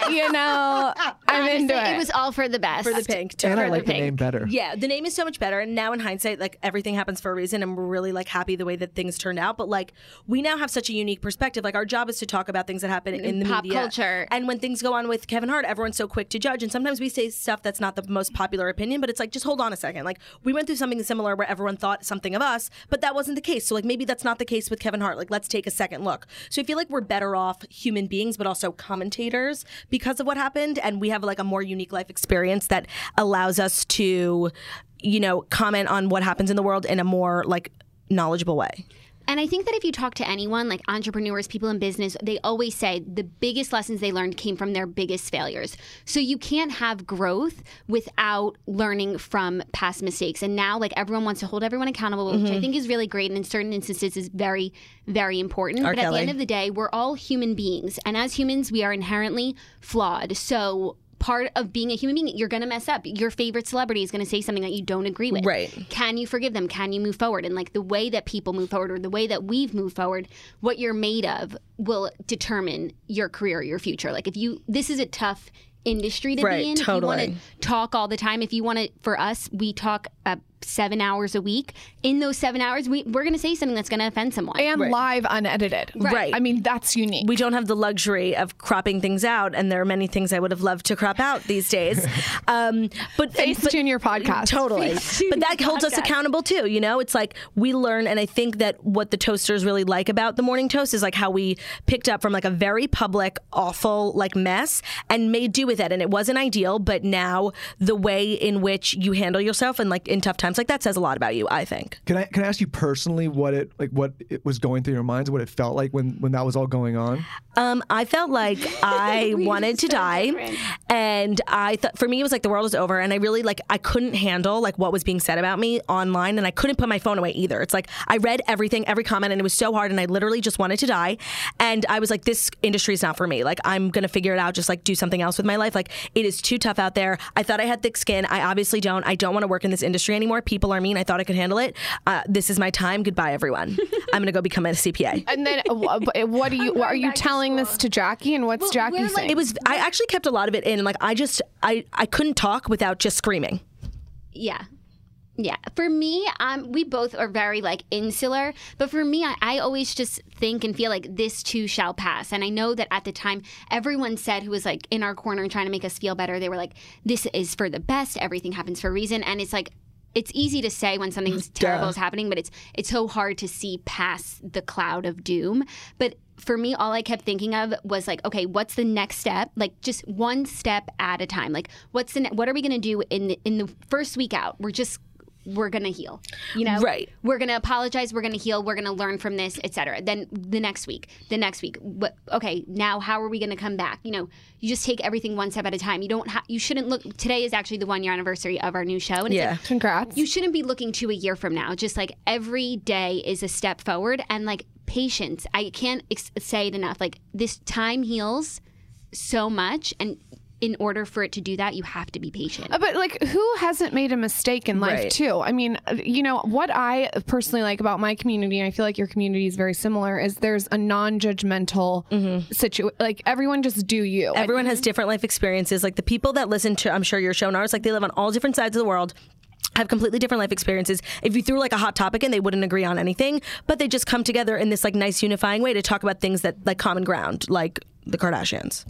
Speaker 6: So you know, I'm into
Speaker 3: Honestly,
Speaker 6: it.
Speaker 3: it was all for the best.
Speaker 4: For the pink.
Speaker 5: and I
Speaker 4: for
Speaker 5: like the
Speaker 4: pink.
Speaker 5: name better.
Speaker 4: Yeah, the name is so much better. And now in hindsight, like everything happens for a reason. And we're really like happy the way that things turned out. But like we now have such a unique perspective. Like our job is to talk about things that happen in the
Speaker 3: Pop
Speaker 4: media.
Speaker 3: culture.
Speaker 4: And when things go on with Kevin Hart, everyone's so quick to judge. And sometimes we say stuff that's not the most popular opinion, but it's like, just hold on a second. Like we went through something similar where everyone thought something of us, but that wasn't the case. So like maybe that's not the case with Kevin Hart. Like let's take a second look. So I feel like we're better off human beings, but also commentators because of what happened. And we have like a more unique life experience that allows us to, you know, comment on what happens in the world in a more like knowledgeable way.
Speaker 3: And I think that if you talk to anyone, like entrepreneurs, people in business, they always say the biggest lessons they learned came from their biggest failures. So you can't have growth without learning from past mistakes. And now, like everyone wants to hold everyone accountable, which
Speaker 4: Mm-hmm.
Speaker 3: I think is really great, and in certain instances is very, very important. but at
Speaker 4: Kelly.
Speaker 3: the end of the day, we're all human beings, and as humans, we are inherently flawed. So. Part of being a human being, you're going to mess up. Your favorite celebrity is going to say something that you don't agree with.
Speaker 4: Right.
Speaker 3: Can you forgive them? Can you move forward? And like the way that people move forward or the way that we've moved forward, what you're made of will determine your career, your future. Like if you, this is a tough industry to
Speaker 4: Right,
Speaker 3: be in. If you
Speaker 4: totally.
Speaker 3: want to talk all the time, if you want to, for us, we talk uh, seven hours a week. In those seven hours, we, we're going to say something that's going to offend someone.
Speaker 6: and live unedited.
Speaker 4: Right.
Speaker 6: I mean, that's unique.
Speaker 4: we don't have the luxury of cropping things out, and there are many things I would have loved to crop out these days. Um, but
Speaker 6: Face
Speaker 4: but-
Speaker 6: Junior podcast.
Speaker 4: totally.
Speaker 6: Face
Speaker 4: But that holds us accountable too. You know, it's like we learn, and I think that what the toasters really like about the morning toast is like how we picked up from like a very public, awful like mess and made do with it, and it wasn't ideal, but now the way in which you handle yourself and like in tough times like that says a lot about you. I think.
Speaker 5: Can I can I ask you personally what it like what it was going through your minds, what it felt like when when that was all going on?
Speaker 4: Um, I felt like I wanted to die, and I thought for me it was like the world is over, and I really like I couldn't handle like what was being said about me online, and I couldn't put my phone away either. It's like I read everything, every comment, and it was so hard, and I literally just wanted to die, and I was like, this industry is not for me. Like I'm gonna figure it out, just like do something else with my life. Like it is too tough out there. I thought I had thick skin. I obviously don't. I don't want to work in this industry anymore. People are mean. I thought I could handle it. Uh, this is my time. Goodbye, everyone. I'm gonna go become a CPA.
Speaker 6: and then uh, wha- but what do you? What, are you telling this to Jackie? And what's Jackie
Speaker 3: we're, like,
Speaker 6: saying?
Speaker 4: it was i actually kept a lot of it in like i just i i couldn't talk without just screaming
Speaker 3: Yeah. Yeah. For me, um, we both are very like insular, but for me, I, I always just think and feel like this too shall pass. And I know that at the time, everyone said who was like in our corner and trying to make us feel better, they were like, this is for the best. Everything happens for a reason. And it's like, it's easy to say when something terrible is happening, but it's it's so hard to see past the cloud of doom. But for me, all I kept thinking of was like, okay, what's the next step? Like, just one step at a time. Like, what's the ne- what are we gonna do in the in the first week out? We're just we're gonna heal, you know.
Speaker 4: Right.
Speaker 3: We're gonna apologize. We're gonna heal. We're gonna learn from this, etc. Then the next week, the next week. What? Okay, now how are we gonna come back? You know, you just take everything one step at a time. You don't. Ha- you shouldn't look. Today is actually the one year anniversary of our new show, and it's
Speaker 4: Yeah.
Speaker 3: like,
Speaker 6: Congrats.
Speaker 3: you shouldn't be looking to a year from now. Just like every day is a step forward and like patience. I can't ex- say it enough. Like this time heals so much. And in order for it to do that, you have to be patient.
Speaker 6: Uh, But like, who hasn't made a mistake in life
Speaker 4: Right.
Speaker 6: too? I mean, uh, you know what I personally like about my community, and I feel like your community is very similar. Is there's a non-judgmental
Speaker 5: Mm-hmm.
Speaker 6: situation. Like everyone just do you.
Speaker 4: everyone has different life experiences like the people that listen to i'm sure your show and ours like they live on all different sides of the world have completely different life experiences. If you threw like a hot topic in, they wouldn't agree on anything, but they just come together in this like nice unifying way to talk about things that like common ground, like the Kardashians.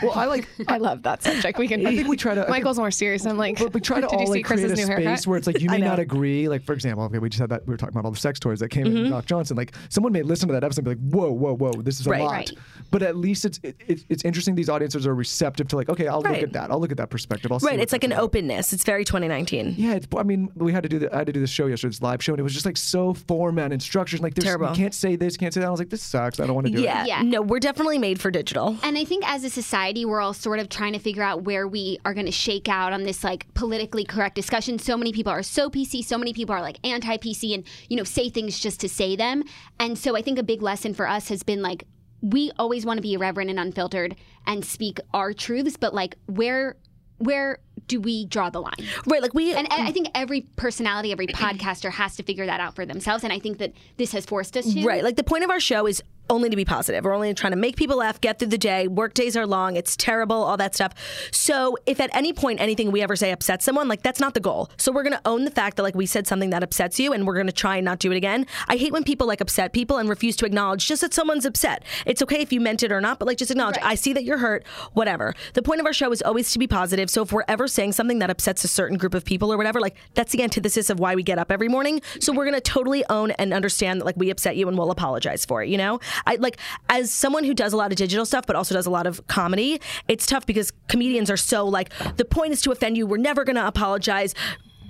Speaker 6: well, I like. I love that subject. We can. I
Speaker 5: think we try to- I
Speaker 6: Michael's more serious. I'm like.
Speaker 5: But we try to
Speaker 6: did you
Speaker 5: all
Speaker 6: see
Speaker 5: like create
Speaker 6: Chris's
Speaker 5: a
Speaker 6: new
Speaker 5: space
Speaker 6: haircut?
Speaker 5: where it's like you
Speaker 4: I
Speaker 5: may
Speaker 4: know.
Speaker 5: not agree. Like for example, okay, we just had that we were talking about all the sex toys that came in
Speaker 4: Mm-hmm.
Speaker 5: Doc Johnson. Like someone may listen to that episode and be like, "Whoa, whoa, whoa, this is a
Speaker 4: Right.
Speaker 5: lot."
Speaker 3: Right.
Speaker 5: But at least it's it, it, it's interesting. These audiences are receptive to like, okay, I'll
Speaker 4: Right.
Speaker 5: look at that. I'll look at that perspective. I'll see
Speaker 4: Right.
Speaker 5: what
Speaker 4: It's like
Speaker 5: that's
Speaker 4: an
Speaker 5: about.
Speaker 4: openness. It's very 2019.
Speaker 5: Yeah, it's, I mean, we had to do the, I had to do this show yesterday, this live show, and it was just like so format and structures. Like, there's,
Speaker 4: Terrible.
Speaker 5: you can't say this, you can't say that. I was like, this sucks. I don't want to do
Speaker 4: Yeah.
Speaker 5: it.
Speaker 3: Yeah.
Speaker 4: No, we're definitely made for digital.
Speaker 3: And I think as a society, we're all sort of trying to figure out where we are going to shake out on this like politically correct discussion. So many people are so PC, so many people are like anti PC and, you know, say things just to say them. And so I think a big lesson for us has been like, we always want to be irreverent and unfiltered and speak our truths, but like, where, where, do we draw the line?
Speaker 4: Right. Like we
Speaker 3: And I I think every personality, every podcaster has to figure that out for themselves. And I think that this has forced us to.
Speaker 4: Right. Like the point of our show is only to be positive. We're only trying to make people laugh, get through the day. Work days are long. It's terrible, all that stuff. So if at any point anything we ever say upsets someone, like that's not the goal. So we're going to own the fact that like we said something that upsets you and we're going to try and not do it again. I hate when people like upset people and refuse to acknowledge just that someone's upset. It's okay if you meant it or not, but like just acknowledge, I see that you're hurt, whatever. The point of our show is always to be positive. So if we're ever saying something that upsets a certain group of people or whatever, like that's the antithesis of why we get up every morning. So we're going to totally own and understand that like we upset you and we'll apologize for it, you know? I like as someone who does a lot of digital stuff but also does a lot of comedy, it's tough because comedians are so like the point is to offend you. We're never going to apologize.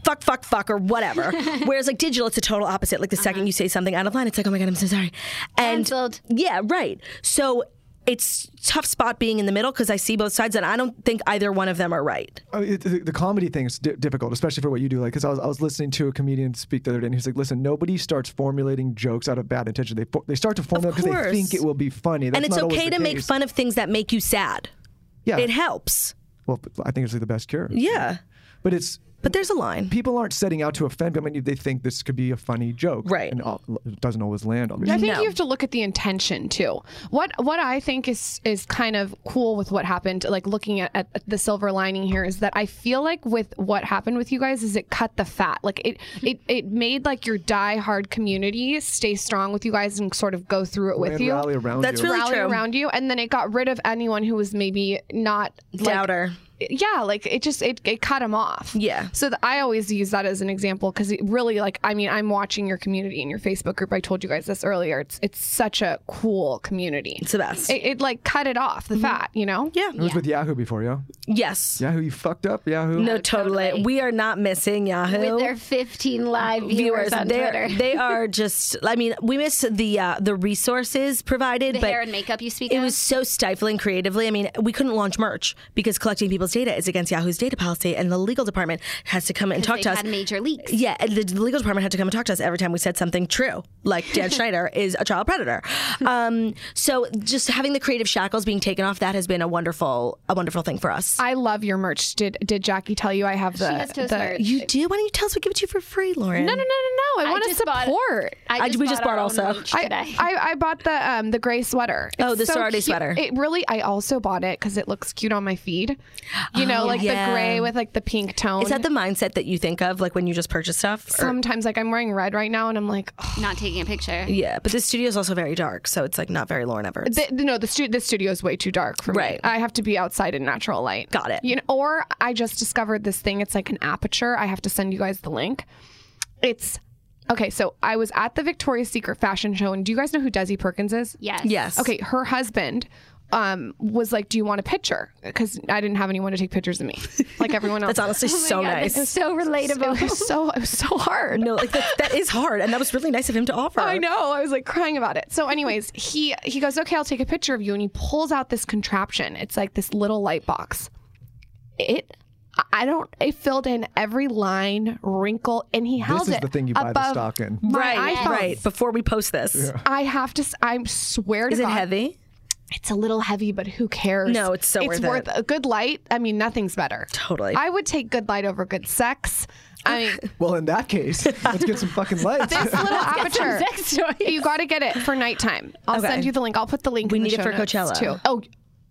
Speaker 4: Fuck, fuck, fuck, or whatever. Whereas like digital, it's the total opposite. Like the second you say something out of line, it's like, oh my god, I'm so sorry. And
Speaker 3: Cancelled.
Speaker 4: yeah, right. So it's tough spot being in the middle because I see both sides and I don't think either one of them are right.
Speaker 5: I mean, it, the, the comedy thing is di- difficult, especially for what you do. Like, because I was, I was listening to a comedian speak the other day, and he's like, "Listen, nobody starts formulating jokes out of bad intention. They for, they start to formulate because they
Speaker 4: course.
Speaker 5: think it will be funny. That's
Speaker 4: and it's
Speaker 5: not always
Speaker 4: okay
Speaker 5: the
Speaker 4: to make
Speaker 5: case.
Speaker 4: fun of things that make you sad.
Speaker 5: Yeah.
Speaker 4: It helps.
Speaker 5: Well, I think it's like the best cure.
Speaker 4: Yeah.
Speaker 5: But it's
Speaker 4: But there's a line.
Speaker 5: people aren't setting out to offend. but I mean, they think this could be a funny joke,
Speaker 4: Right.
Speaker 5: And all- it doesn't always land.
Speaker 6: I
Speaker 5: Obviously,
Speaker 6: think
Speaker 4: No.
Speaker 6: you have to look at the intention too. What what I think is is kind of cool with what happened, like looking at, at the silver lining here is that I feel like with what happened with you guys is it cut the fat. Like it
Speaker 4: Hmm.
Speaker 6: it it made like your die hard community stay strong with you guys and sort of go through it with
Speaker 5: Ran
Speaker 6: you.
Speaker 5: rally around
Speaker 4: That's
Speaker 5: you.
Speaker 4: really
Speaker 6: rally
Speaker 4: true.
Speaker 6: around you and then it got rid of anyone who was maybe not like,
Speaker 4: Doubter.
Speaker 6: yeah like it just it, it cut him off
Speaker 4: Yeah.
Speaker 6: so th- i always use that as an example because it really like i mean i'm watching your community in your facebook group i told you guys this earlier it's it's such a cool community
Speaker 4: It's the best.
Speaker 6: it, it like cut it off the fat you know
Speaker 4: yeah.
Speaker 5: It was with Yahoo before, yeah.
Speaker 4: Yes.
Speaker 5: Yahoo, you fucked up, Yahoo.
Speaker 4: No, totally. We are not missing Yahoo.
Speaker 3: with their 15 live viewers, on
Speaker 4: they're-
Speaker 3: Twitter.
Speaker 4: they are just. I mean, we miss the uh, the resources provided.
Speaker 3: the
Speaker 4: but
Speaker 3: hair and makeup you speak
Speaker 4: It
Speaker 3: of?
Speaker 4: was so stifling creatively. I mean, we couldn't launch merch because collecting people's data is against Yahoo's data policy, and the legal department has to come and talk
Speaker 3: They've
Speaker 4: to us.
Speaker 3: had major leaks.
Speaker 4: Yeah, and the legal department had to come and talk to us every time we said something true, like Dan Schneider is a child predator. Um, so just having the creative shackles being taken off that has been a wonderful, a wonderful thing for us.
Speaker 6: i love your merch did did jackie tell you i have the,
Speaker 3: has Toast
Speaker 6: the-
Speaker 3: merch.
Speaker 4: you do? Why don't you tell us? We give it to you for free, Lauren.
Speaker 6: no no no no no i, want to
Speaker 3: just bought-
Speaker 6: support
Speaker 4: I- we just
Speaker 3: our
Speaker 4: bought
Speaker 3: own
Speaker 4: also.
Speaker 3: merch
Speaker 6: I,
Speaker 3: today.
Speaker 6: I, I bought the um the gray sweater.
Speaker 4: Oh,
Speaker 6: It's
Speaker 4: the sorority
Speaker 6: cute.
Speaker 4: sweater.
Speaker 6: It really. I also bought it because it looks cute on my feed. You know,
Speaker 4: Oh,
Speaker 6: like
Speaker 4: yeah.
Speaker 6: the gray with like the pink tone.
Speaker 4: Is that the mindset that you think of, like when you just purchase stuff? Or-
Speaker 6: Sometimes like I'm wearing red right now, and I'm like, oh,
Speaker 3: not taking a picture.
Speaker 4: yeah, but this studio is also very dark, so it's like not very Lauren Everts.
Speaker 6: th- no, the stu- this studio is way too dark for
Speaker 4: Right.
Speaker 6: me. I have to be outside in natural light.
Speaker 4: Got it.
Speaker 6: You know, or I just discovered this thing. It's like an aperture. I have to send you guys the link. It's okay. So I was at the Victoria's Secret fashion show, and do you guys know who Desi Perkins is?
Speaker 3: Yes.
Speaker 4: yes.
Speaker 6: Okay, her husband um, was like, "Do you want a picture?" Because I didn't have anyone to take pictures of me, like everyone else.
Speaker 4: That's honestly so
Speaker 3: God,
Speaker 4: nice.
Speaker 3: this is so relatable.
Speaker 6: it was so it was so hard.
Speaker 4: No, like that, that is hard, and that was really nice of him to offer.
Speaker 6: I know. I was like crying about it. So, anyways, he he goes, "Okay, I'll take a picture of you," and he pulls out this contraption. It's like this little light box. It. I- I don't. It filled in every line, wrinkle, and he held
Speaker 5: this is
Speaker 6: it
Speaker 5: the thing you buy the
Speaker 6: above
Speaker 5: stock in.
Speaker 6: my
Speaker 4: Right,
Speaker 6: iPhone.
Speaker 4: right. Before we post this,
Speaker 6: I have to. s- I swear
Speaker 4: is
Speaker 6: to
Speaker 4: it
Speaker 6: God,
Speaker 4: heavy?
Speaker 6: it's a little heavy, but who cares?
Speaker 4: No, it's so worth
Speaker 6: it's worth
Speaker 4: it.
Speaker 6: a good light. I mean, nothing's better.
Speaker 4: Totally.
Speaker 6: I would take good light over good sex. I mean,
Speaker 5: Well, in that case, let's get some fucking lights.
Speaker 6: this little aperture. You got to get it for nighttime. I'll
Speaker 4: Okay.
Speaker 6: send you the link. I'll put the link.
Speaker 4: We
Speaker 6: in the
Speaker 4: need it
Speaker 6: show
Speaker 4: for
Speaker 6: notes,
Speaker 4: Coachella.
Speaker 6: too. Oh,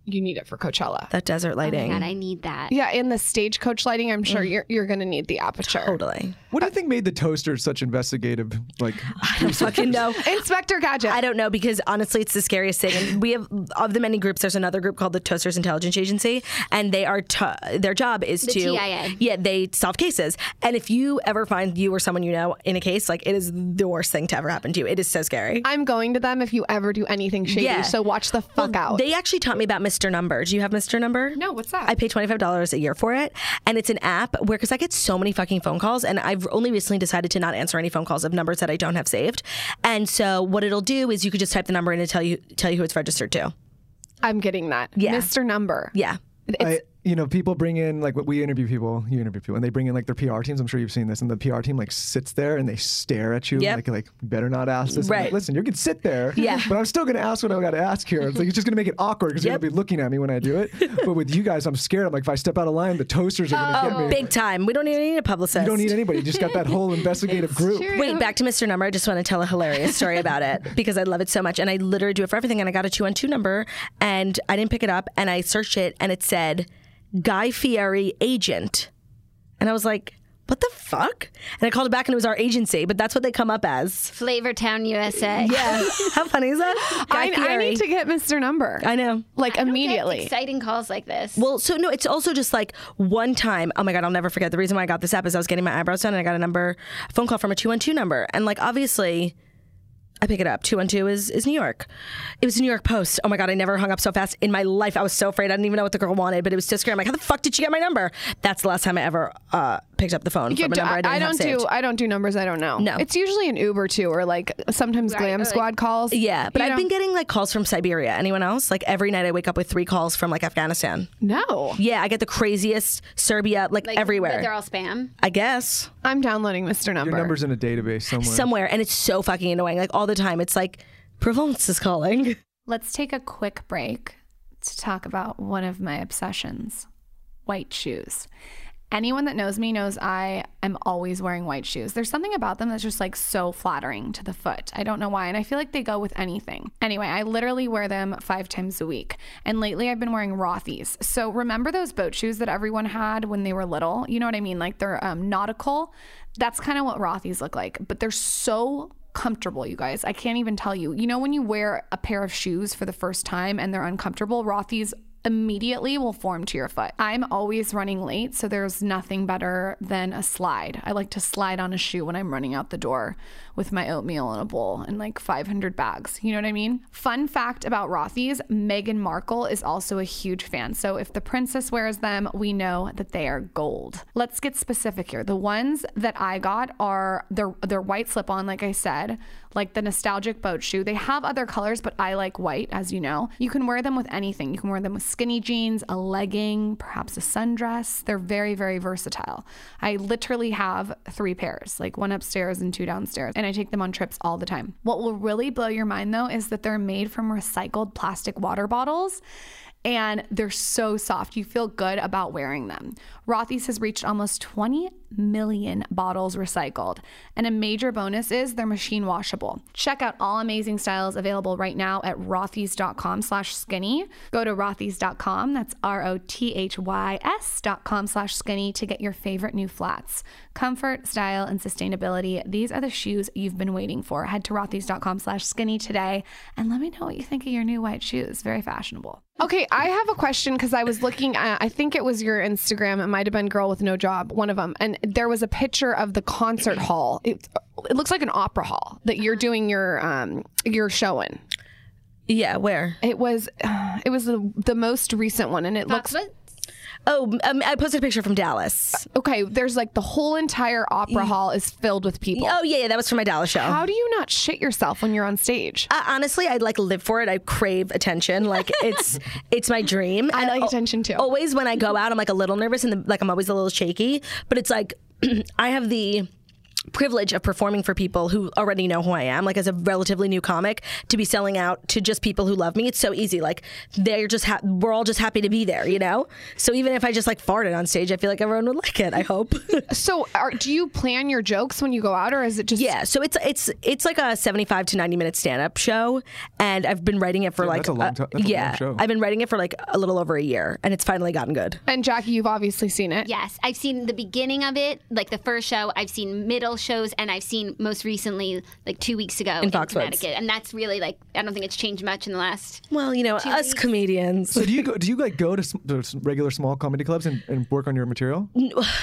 Speaker 6: you need it for Coachella.
Speaker 4: That desert lighting.
Speaker 3: God, I need that.
Speaker 6: yeah, in the stagecoach lighting, I'm
Speaker 4: Mm.
Speaker 6: sure you're you're gonna need the aperture.
Speaker 4: totally.
Speaker 5: what do you think made the toaster such investigative? Like,
Speaker 4: I don't fucking know.
Speaker 6: Inspector Gadget.
Speaker 4: I don't know because honestly, it's the scariest thing. And we have of the many groups. There's another group called the Toasters Intelligence Agency, and they are to, their job is to
Speaker 3: TIA.
Speaker 4: yeah they solve cases. And if you ever find you or someone you know in a case, like it is the worst thing to ever happen to you. It is so scary.
Speaker 6: I'm going to them if you ever do anything shady.
Speaker 4: Yeah.
Speaker 6: So watch the fuck out.
Speaker 4: They actually taught me about Mr. Number. Do you have Mr. Number?
Speaker 6: No, what's that?
Speaker 4: I pay twenty five dollars a year for it, and it's an app where because I get so many fucking phone calls, and I've only recently decided to not answer any phone calls of numbers that I don't have saved. And so what it'll do is you could just type the number in and tell you tell you who it's registered to.
Speaker 6: I'm getting that.
Speaker 4: Yeah.
Speaker 6: Mr. Number.
Speaker 4: Yeah.
Speaker 5: I, you know, people bring in like what we interview people, you interview people, and they bring in like their PR teams. I'm sure you've seen this, and the PR team like sits there and they stare at you,
Speaker 4: Yep.
Speaker 5: like like "You better not ask this. I'm like,
Speaker 4: Right.
Speaker 5: Listen, you can sit there, yeah, but I'm still gonna ask what I got to ask here. It's like it's just gonna make it awkward because you're
Speaker 4: Yep.
Speaker 5: gonna be looking at me when I do it. but with you guys, I'm scared. I'm like, if I step out of line, the toasters are
Speaker 6: Oh,
Speaker 5: gonna get me.
Speaker 4: Big time. We don't even need a publicist.
Speaker 5: You don't need anybody. You just got that whole investigative group.
Speaker 4: Wait, back to Mr. Number. I just want to tell a hilarious story about it because I love it so much. And I literally do it for everything. And I got a two on two number and I didn't pick it up. And I searched it and it said Guy Fieri agent. And I was like, what the fuck? And I called it back and it was our agency, but that's what they come up as.
Speaker 3: Flavor Town USA.
Speaker 4: Yeah. How funny is that? Guy
Speaker 6: I, I
Speaker 4: Fieri.
Speaker 6: need to get Mr. Number.
Speaker 4: I know.
Speaker 6: like immediately.
Speaker 3: Exciting calls like this.
Speaker 4: Well, so no, it's also just like one time. Oh my god, I'll never forget. The reason why I got this app is I was getting my eyebrows done and I got a number, a phone call from a two one two number, and like obviously, I pick it up. Two one two is is New York. It was the New York Post. Oh my god, I never hung up so fast in my life. I was so afraid. I didn't even know what the girl wanted, but it was so scary. I'm like, how the fuck did she get my number? That's the last time I ever uh, picked up the phone
Speaker 6: You
Speaker 4: from a
Speaker 6: do-
Speaker 4: number I, didn't
Speaker 6: I
Speaker 4: have
Speaker 6: don't
Speaker 4: saved.
Speaker 6: do I don't do numbers I don't know.
Speaker 4: No.
Speaker 6: It's usually an Uber too or like sometimes Glam Squad calls.
Speaker 4: Yeah, but
Speaker 6: You
Speaker 4: I've
Speaker 6: know?
Speaker 4: been getting like calls from Siberia. Anyone else? Like every night I wake up with three calls from like Afghanistan.
Speaker 6: No.
Speaker 4: Yeah, I get the craziest Serbia, like,
Speaker 3: Like, But
Speaker 4: everywhere.
Speaker 3: they're all spam.
Speaker 4: I guess.
Speaker 6: I'm downloading Mr. Number.
Speaker 5: Your number's in a database somewhere.
Speaker 4: somewhere and it's so fucking annoying like all the time it's like Provence is calling
Speaker 8: Let's take a quick break to talk about one of my obsessions white shoes.
Speaker 6: anyone that knows me knows I am always wearing white shoes. There's something about them that's just like so flattering to the foot. I don't know why. And I feel like they go with anything. Anyway, I literally wear them five times a week. And lately I've been wearing Rothy's. So remember those boat shoes that everyone had when they were little? You know what I mean? Like they're um, nautical. That's kind of what Rothy's look like, but they're so comfortable, you guys. I can't even tell you. You know, when you wear a pair of shoes for the first time and they're uncomfortable, Rothy's immediately will form to your foot. I'm always running late, so there's nothing better than a slide. I like to slide on a shoe when I'm running out the door with my oatmeal in a bowl and like 500 bags. You know what I mean? Fun fact about Rothy's, Meghan Markle is also a huge fan. So if the princess wears them, we know that they are gold. Let's get specific here. The ones that I got are they're they're white slip-on like I said, like the nostalgic boat shoe. They have other colors, but I like white as you know. You can wear them with anything. You can wear them with skinny jeans, a legging, perhaps a sundress. They're very, very versatile. I literally have three pairs, like one upstairs and two downstairs, and I take them on trips all the time. What will really blow your mind though is that they're made from recycled plastic water bottles. And they're so soft. You feel good about wearing them. Rothy's has reached almost 20 million bottles recycled. And a major bonus is they're machine washable. Check out all amazing styles available right now at rothys.com slash skinny. Go to rothys.com, that's R-O-T-H-Y-S dot com slash skinny to get your favorite new flats. Comfort, style, and sustainability. These are the shoes you've been waiting for. Head to rothys.com slash skinny today and let me know what you think of your new white shoes. Very fashionable. Okay, I have a question because I was looking at, I think it was your Instagram. It might have been Girl with No Job, one of them. And there was a picture of the concert hall. It, it looks like an opera hall that you're doing your um your show in.
Speaker 4: Yeah, where?
Speaker 6: It was it was the, the most recent one and it looks
Speaker 4: Oh, um, I posted a picture from Dallas.
Speaker 6: okay, there's like the whole entire
Speaker 5: E-
Speaker 6: opera hall is filled with people.
Speaker 4: Oh yeah, yeah, that was from my Dallas show.
Speaker 6: How do you not shit yourself when you're on stage?
Speaker 4: Uh, honestly, I like live for it. I crave attention. Like it's it's my dream.
Speaker 6: I like attention, too.
Speaker 4: Always when I go out, I'm like a little nervous and the, like I'm always a little shaky. But it's like I have the privilege of performing for people who already know who I am. Like as a relatively new comic, to be selling out to just people who love me, it's so easy. Like they're just ha- we're all just happy to be there, you know. So even if I just like farted on stage, I feel like everyone would like it. I hope.
Speaker 6: So, are, do you plan your jokes when you go out, or is it just
Speaker 4: Yeah, so it's it's it's like a seventy-five to ninety-minute stand-up show, and I've been writing it for like uh,
Speaker 8: that's a long ti- that's a long
Speaker 4: yeah,
Speaker 8: show.
Speaker 4: I've been writing it for like a little over a year, and it's finally gotten good.
Speaker 6: And Jackie, you've obviously seen
Speaker 4: eh.
Speaker 6: it.
Speaker 3: Yes, I've seen the beginning of it, like the first show. I've seen middle shows, and I've seen most recently, like two weeks ago, in,
Speaker 4: Foxwoods.
Speaker 3: Connecticut. And that's really like I don't think it's changed much in the last.
Speaker 4: Well, you know, us comedians.
Speaker 5: So do you go? Do you like go to, sm- to s- regular small comedy clubs and, and work on your material?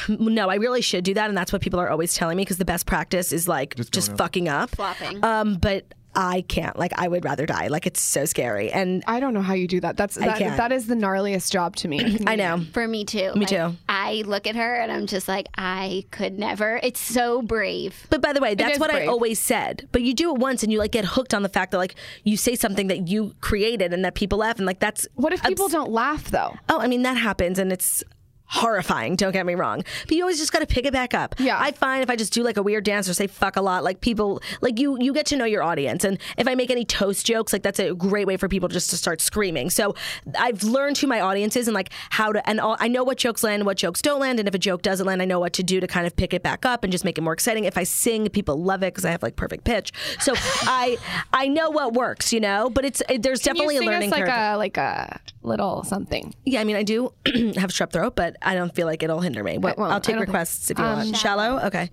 Speaker 4: No, I really should do that, and that's what people are always telling me because the best practice is like just, fucking up,
Speaker 3: Flopping.
Speaker 4: Um, but I can't. Like, I would rather die. Like, it's so scary, and
Speaker 6: I don't know how you do that. That's that,
Speaker 4: can't.
Speaker 6: that is the gnarliest job to me.
Speaker 4: I know.
Speaker 3: For me too.
Speaker 4: Me
Speaker 3: Like,
Speaker 4: too.
Speaker 3: I look at her and I'm just like, I could never. It's so brave.
Speaker 4: But by the way, that's
Speaker 6: is
Speaker 4: what I
Speaker 6: brave.
Speaker 4: always said. But you do it once, and you like get hooked on the fact that like you say something that you created, and that people laugh, and like that's
Speaker 6: What if people don't laugh though?
Speaker 4: Oh, I mean, that happens and it's horrifying, don't get me wrong. But you always just gotta pick it back up.
Speaker 6: Yeah.
Speaker 4: I find if I just do like a weird dance or say fuck a lot, like people like you you get to know your audience. And if I make any toast jokes, like that's a great way for people just to start screaming. So I've learned who my audience is and like how to and all, I know what jokes land, what jokes don't land, and if a joke doesn't land, I know what to do to kind of pick it back up and just make it more exciting. If I sing, people love it because I have like perfect pitch. So I I know what works, you know, but it's it, there's definitely
Speaker 6: you sing
Speaker 4: a learning
Speaker 6: us like
Speaker 4: curve.
Speaker 6: a like a little something.
Speaker 4: Yeah, I mean, I do have strep throat, but I don't feel like it'll hinder me. But
Speaker 6: won't.
Speaker 4: I'll take
Speaker 6: I don't Um,
Speaker 4: requests if you want. Shallow? Okay.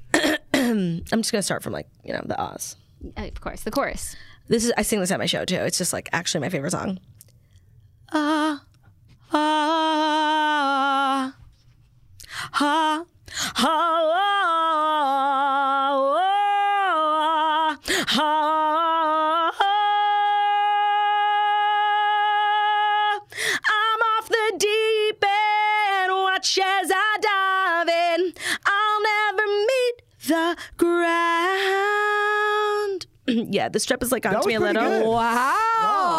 Speaker 4: I'm just going to start from like, you know, the Oz.
Speaker 3: Uh, Of course, the chorus.
Speaker 4: This is, I sing this at my show too. It's just like actually my favorite song. Ah, ah, ha, ha, ah, ah, ah, ah. I'm off the deep end, watch as I dive in. I'll never meet the ground. yeah, the strep is like on
Speaker 5: That
Speaker 4: to
Speaker 5: was
Speaker 4: me a
Speaker 5: pretty
Speaker 4: little.
Speaker 5: good.
Speaker 4: Wow.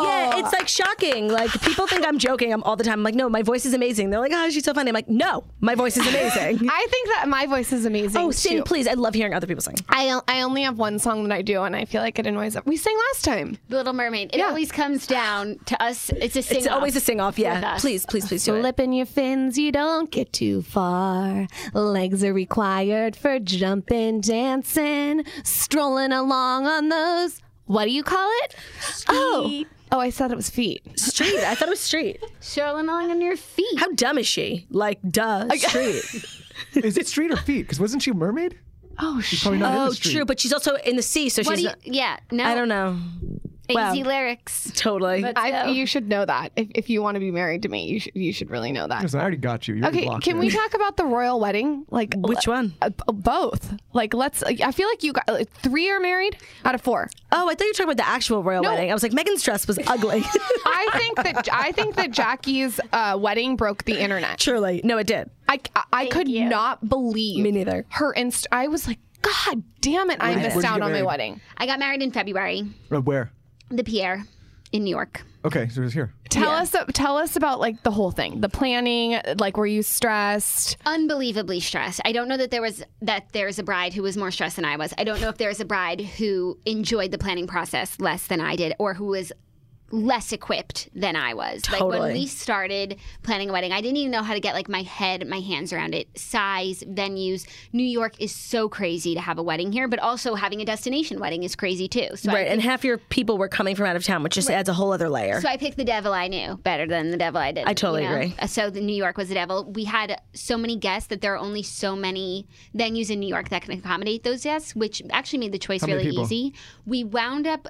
Speaker 4: Yeah, it's like shocking. Like people think I'm joking I'm all the time. I'm like, no, my voice is amazing. They're like, oh, she's so funny. I'm like, no, my voice is amazing.
Speaker 6: I think that my voice is amazing.
Speaker 4: oh, sing
Speaker 6: too.
Speaker 4: please. I love hearing other people sing.
Speaker 6: I, I only have one song that I do, and I feel like it annoys it. We sang last time.
Speaker 3: The Little Mermaid. It
Speaker 6: Yeah.
Speaker 3: always comes down to us. It's a sing.
Speaker 4: It's always a sing off. Yeah, please, please, please do it.
Speaker 2: Flipping your fins, you don't get too far. Legs are required for jumping, dancing, strolling along on those. What do you call it? Oh,
Speaker 6: Oh, I said it was feet.
Speaker 4: Street. I thought it was street.
Speaker 3: Sherlin on your feet.
Speaker 4: How dumb is she? Like, duh, street.
Speaker 5: Is it street or feet? Because wasn't she a mermaid?
Speaker 6: Oh shit.
Speaker 5: Probably not in
Speaker 4: oh,
Speaker 5: the street.
Speaker 4: true. But she's also in the sea, so
Speaker 3: what
Speaker 4: she's.
Speaker 3: do you?
Speaker 4: not-
Speaker 3: Yeah. No.
Speaker 4: I don't know. Wow.
Speaker 3: Easy lyrics.
Speaker 4: Totally.
Speaker 6: I, you should know that if, if you want to be married to me, you should you should really know that.
Speaker 5: Listen, I already got you. You're
Speaker 6: Okay,
Speaker 5: blocked
Speaker 6: can
Speaker 5: in.
Speaker 6: we talk about the royal wedding? Like
Speaker 4: Which one?
Speaker 6: Uh, b- both. Like let's. I feel like you got like, three are married out of four.
Speaker 4: Oh, I thought you were talking about the actual royal
Speaker 6: No.
Speaker 4: wedding. I was like, Megan's dress was ugly.
Speaker 6: I think that I think that Jackie's uh, wedding broke the internet.
Speaker 4: Surely, no, it did.
Speaker 6: I I could not believe
Speaker 4: Me neither.
Speaker 6: Her inst. I was like, God damn it! I missed
Speaker 5: where'd you
Speaker 6: out
Speaker 5: get
Speaker 6: on my
Speaker 5: married?
Speaker 6: wedding.
Speaker 3: I got married in February.
Speaker 5: Uh, Where?
Speaker 3: The Pierre in New York.
Speaker 5: Okay, so it was here.
Speaker 6: Tell us tell us about like the whole thing, the planning. Like, were you stressed?
Speaker 3: unbelievably stressed. I don't know that there was that there's a bride who was more stressed than I was. I don't know if there is a bride who enjoyed the planning process less than I did or who was less equipped than I was. Like when
Speaker 4: Totally.
Speaker 3: we started planning a wedding, I didn't even know how to get like my head, my hands around it. Size, venues. New York is so crazy to have a wedding here, but also having a destination wedding is crazy too. So I
Speaker 4: Right, and half your people were coming from out of town, which just adds a whole other layer.
Speaker 3: So I picked the devil I knew better than the devil I didn't.
Speaker 4: I totally agree.
Speaker 3: Uh, So the New York was the devil. We had so many guests that there are only so many venues in New York that can accommodate those guests, which actually made the choice
Speaker 5: many
Speaker 3: really
Speaker 5: people?
Speaker 3: easy. We wound up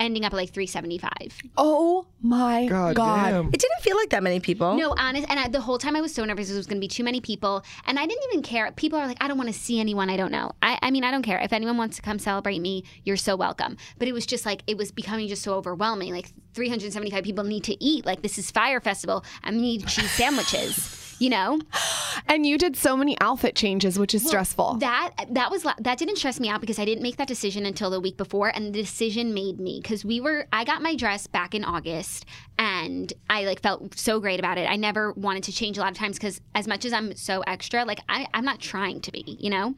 Speaker 3: ending up at like 375.
Speaker 6: Oh my
Speaker 5: God,
Speaker 6: god!
Speaker 5: damn.
Speaker 4: it didn't feel like that many people.
Speaker 3: No, honest. And I, the whole time I was so nervous it was going to be too many people. And I didn't even care. People are like, I don't want to see anyone I don't know. I, I mean, I don't care. If anyone wants to come celebrate me, you're so welcome. But it was just like, it was becoming just so overwhelming. Like 375 people need to eat. Like this is Fire Festival. I need cheese sandwiches. You know
Speaker 6: And you did so many outfit changes, which is stressful.
Speaker 3: that that was la- that didn't stress me out because I didn't make that decision until the week before, and the decision made me because we were. I got my dress back in August, and I like felt so great about it. I never wanted to change a lot of times because as much as I'm so extra, like I, I'm not trying to be, you know.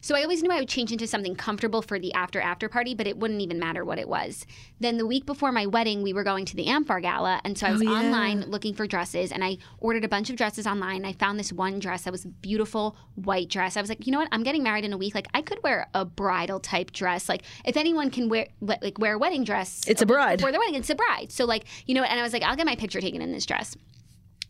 Speaker 3: So I always knew I would change into something comfortable for the after after party, but it wouldn't even matter what it was. Then the week before my wedding, we were going to the Amphar Gala, and so
Speaker 4: Oh,
Speaker 3: I was online looking for dresses, and I ordered a bunch of dresses online. I found this one dress that was a beautiful white dress. I was like, you know what? I'm getting married in a week. Like I could wear a bridal type dress. Like if anyone can wear le- like wear a wedding dress,
Speaker 4: It's a bride.
Speaker 3: Before the wedding, it's a bride. So like you know, what? and I was like, I'll get my picture taken in this dress.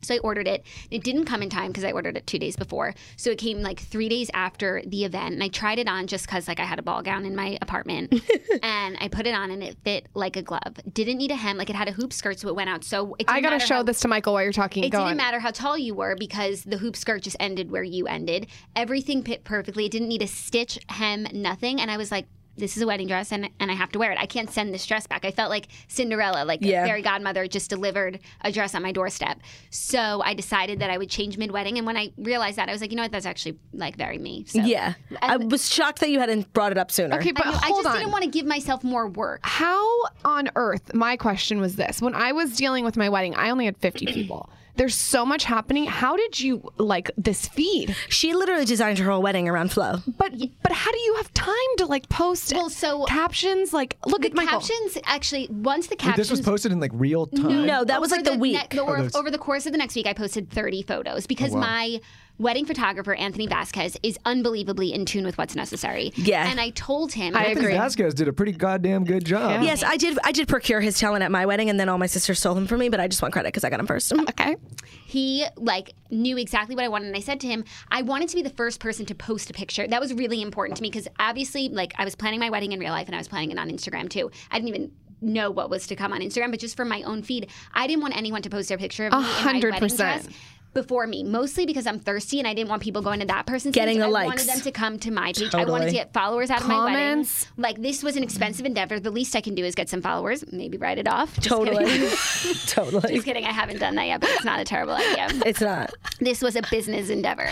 Speaker 3: So I ordered it. It didn't come in time because I ordered it two days before. So it came like three days after the event, and I tried it on just because like I had a ball gown in my apartment, and I put it on and it fit like a glove. Didn't need a hem. Like it had a hoop skirt, so it went out. So it didn't
Speaker 6: I gotta
Speaker 3: matter
Speaker 6: show
Speaker 3: how-
Speaker 6: this to Michael while you're talking.
Speaker 3: It
Speaker 6: Go
Speaker 3: didn't
Speaker 6: on.
Speaker 3: matter how tall you were because the hoop skirt just ended where you ended. Everything fit perfectly. It didn't need a stitch, hem, nothing. And I was like. This is a wedding dress, and, and I have to wear it. I can't send this dress back. I felt like Cinderella, like
Speaker 4: Yeah.
Speaker 3: fairy godmother, just delivered a dress on my doorstep. So I decided that I would change mid wedding. And when I realized that, I was like, you know what? That's actually like very me. So
Speaker 4: Yeah, I was shocked that you hadn't brought it up sooner.
Speaker 6: Okay,
Speaker 3: I,
Speaker 6: but
Speaker 3: knew- I
Speaker 6: hold
Speaker 3: just
Speaker 6: on. Ah,
Speaker 3: didn't want to give myself more work.
Speaker 6: How on earth? My question was this: When I was dealing with my wedding, I only had 50 people. There's so much happening. How did you like this feed?
Speaker 4: she literally designed her whole wedding around flow.
Speaker 6: But but how do you have time to like post
Speaker 3: Well, so-
Speaker 6: captions? Like look
Speaker 3: The
Speaker 6: at Michael.
Speaker 3: captions actually, once the
Speaker 5: Wait,
Speaker 3: captions
Speaker 5: this was posted in like real time.
Speaker 4: No, that was
Speaker 3: over
Speaker 4: like the, week.
Speaker 3: ne- over,
Speaker 5: those-
Speaker 3: over the course of the next week, I posted 30 photos because my wedding photographer, Anthony Vasquez, is unbelievably in tune with what's necessary.
Speaker 4: Yeah.
Speaker 3: And I told him,
Speaker 6: I
Speaker 5: Anthony
Speaker 6: agree.
Speaker 5: Vasquez did a pretty goddamn good job.
Speaker 4: yes, I did. I did procure his talent at my wedding, and then all my sisters stole him from me. But I just want credit because I got him first.
Speaker 6: okay.
Speaker 3: he like knew exactly what I wanted. And I said to him, I wanted to be the first person to post a picture. That was really important to me because obviously, like, I was planning my wedding in real life and I was planning it on Instagram too. I didn't even know what was to come on Instagram, but just from my own feed, I didn't want anyone to post their picture of me in my wedding
Speaker 6: 100%.
Speaker 3: dress before me, mostly because I'm thirsty and I didn't want people going to that person's
Speaker 4: Getting
Speaker 3: page.
Speaker 4: the
Speaker 3: I
Speaker 4: likes.
Speaker 3: wanted them to come to my page. I wanted
Speaker 4: Totally.
Speaker 3: to get followers out of my wedding.
Speaker 6: Comments.
Speaker 3: Like this was an expensive endeavor. The least I can do is get some followers, maybe write it off. Just
Speaker 4: Totally.
Speaker 3: kidding.
Speaker 4: totally.
Speaker 3: Just kidding. I haven't done that yet, but it's not a terrible idea
Speaker 4: It's not.
Speaker 3: this was a business endeavor.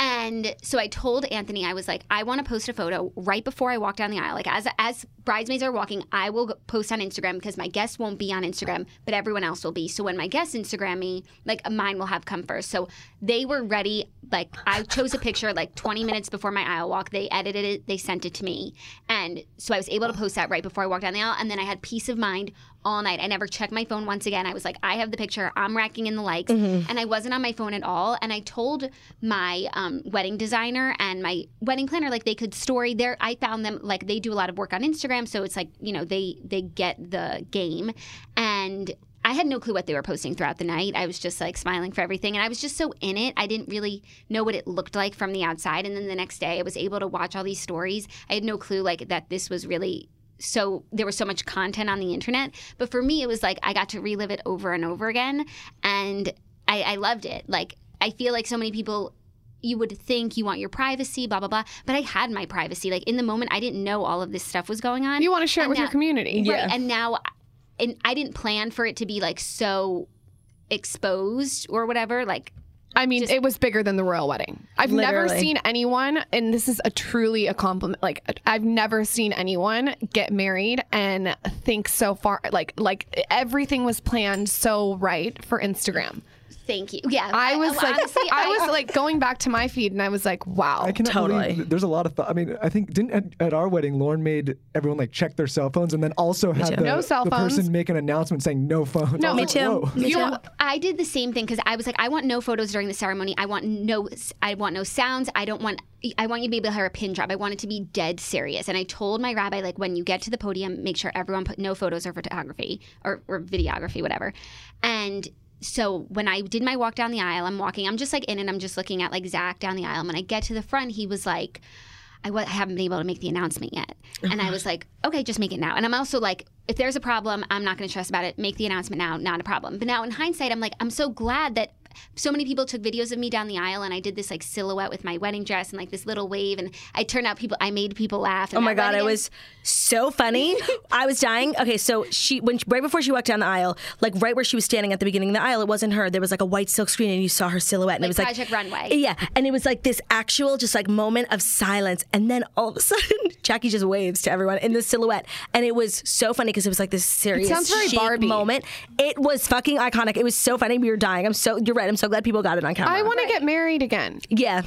Speaker 3: And so I told Anthony, I was like, I want to post a photo right before I walk down the aisle. Like as as bridesmaids are walking, I will go- post on Instagram because my guests won't be on Instagram, but everyone else will be. So when my guests Instagram me, like mine will have come first. So they were ready. Like I chose a picture like 20 minutes before my aisle walk. They edited it, they sent it to me, and so I was able to post that right before I walked down the aisle. And then I had peace of mind all night. I never checked my phone once again. I was like, I have the picture. I'm racking in the likes, and I wasn't on my phone at all. And I told my um, wedding designer and my wedding planner like they could story there. I found them like they do a lot of work on Instagram, so it's like you know they they get the game, and. I had no clue what they were posting throughout the night. I was just like smiling for everything. And I was just so in it. I didn't really know what it looked like from the outside. And then the next day, I was able to watch all these stories. I had no clue, like, that this was really so there was so much content on the internet. But for me, it was like I got to relive it over and over again, and I, I loved it. Like I feel like so many people. You would think you want your privacy, blah blah blah, but I had my privacy. Like in the moment, I didn't know all of this stuff was going on.
Speaker 6: You want to share it with your community.
Speaker 3: Right. And now, and I didn't plan for it to be like so exposed or whatever. Like
Speaker 6: I mean, it was bigger than the royal wedding. I've never
Speaker 4: Literally.
Speaker 6: seen anyone, and this is a truly a compliment. Like I've never seen anyone get married and think so far. Like like everything was planned so right for Instagram.
Speaker 3: thank you. Yeah. oh,
Speaker 6: I was like,
Speaker 3: honestly,
Speaker 6: I was like going back to my feed, and I was like, wow.
Speaker 5: I cannot
Speaker 4: Totally.
Speaker 5: believe th- there's a lot of thought. I mean, I think didn't at, at our wedding, Lauren made everyone like check their cell phones and then also had the,
Speaker 6: No cell
Speaker 5: the
Speaker 6: phones.
Speaker 5: person make an announcement saying no phones.
Speaker 6: No,
Speaker 5: I was
Speaker 6: me
Speaker 5: like,
Speaker 4: too.
Speaker 5: "Whoa."
Speaker 6: You-
Speaker 3: So I did the same thing because I was like, I want no photos during the ceremony. I want no, I want no sounds. I don't want. I want you to be able to hear a pin drop. I want it to be dead serious. And I told my rabbi, like, when you get to the podium, make sure everyone put no photos or photography or, or videography, whatever. And so when I did my walk down the aisle, I'm walking. I'm just like in and I'm just looking at like Zach down the aisle. And when I get to the front, he was like. I w- I haven't been able to make the announcement yet. And
Speaker 4: Uh-huh.
Speaker 3: I was like, okay, just make it now. And I'm also like, if there's a problem, I'm not going to stress about it. Make the announcement now, not a problem. But now in hindsight, I'm like, I'm so glad that so many people took videos of me down the aisle and I did this like silhouette with my wedding dress and like this little wave. And I turned out people, I made people laugh. And
Speaker 4: Oh my
Speaker 3: that
Speaker 4: god,
Speaker 3: wedding
Speaker 4: it
Speaker 3: is-
Speaker 4: was so funny. I was dying. Okay, so she when right before she walked down the aisle, like right where she was standing at the beginning of the aisle, it wasn't her. There was like a white silk screen, and you saw her silhouette, and it
Speaker 3: Like
Speaker 4: was
Speaker 3: Project
Speaker 4: like
Speaker 3: Runway.
Speaker 4: Yeah, and it was like this actual just like moment of silence, and then all of a sudden, Jackie just waves to everyone in the silhouette, and it was so funny because it was like this serious
Speaker 6: sounds very
Speaker 4: chic
Speaker 6: Barbie.
Speaker 4: moment. It was fucking iconic. It was so funny. We were dying. I'm so you're right. I'm so glad people got it on camera.
Speaker 6: I want to get married again.
Speaker 4: yeah.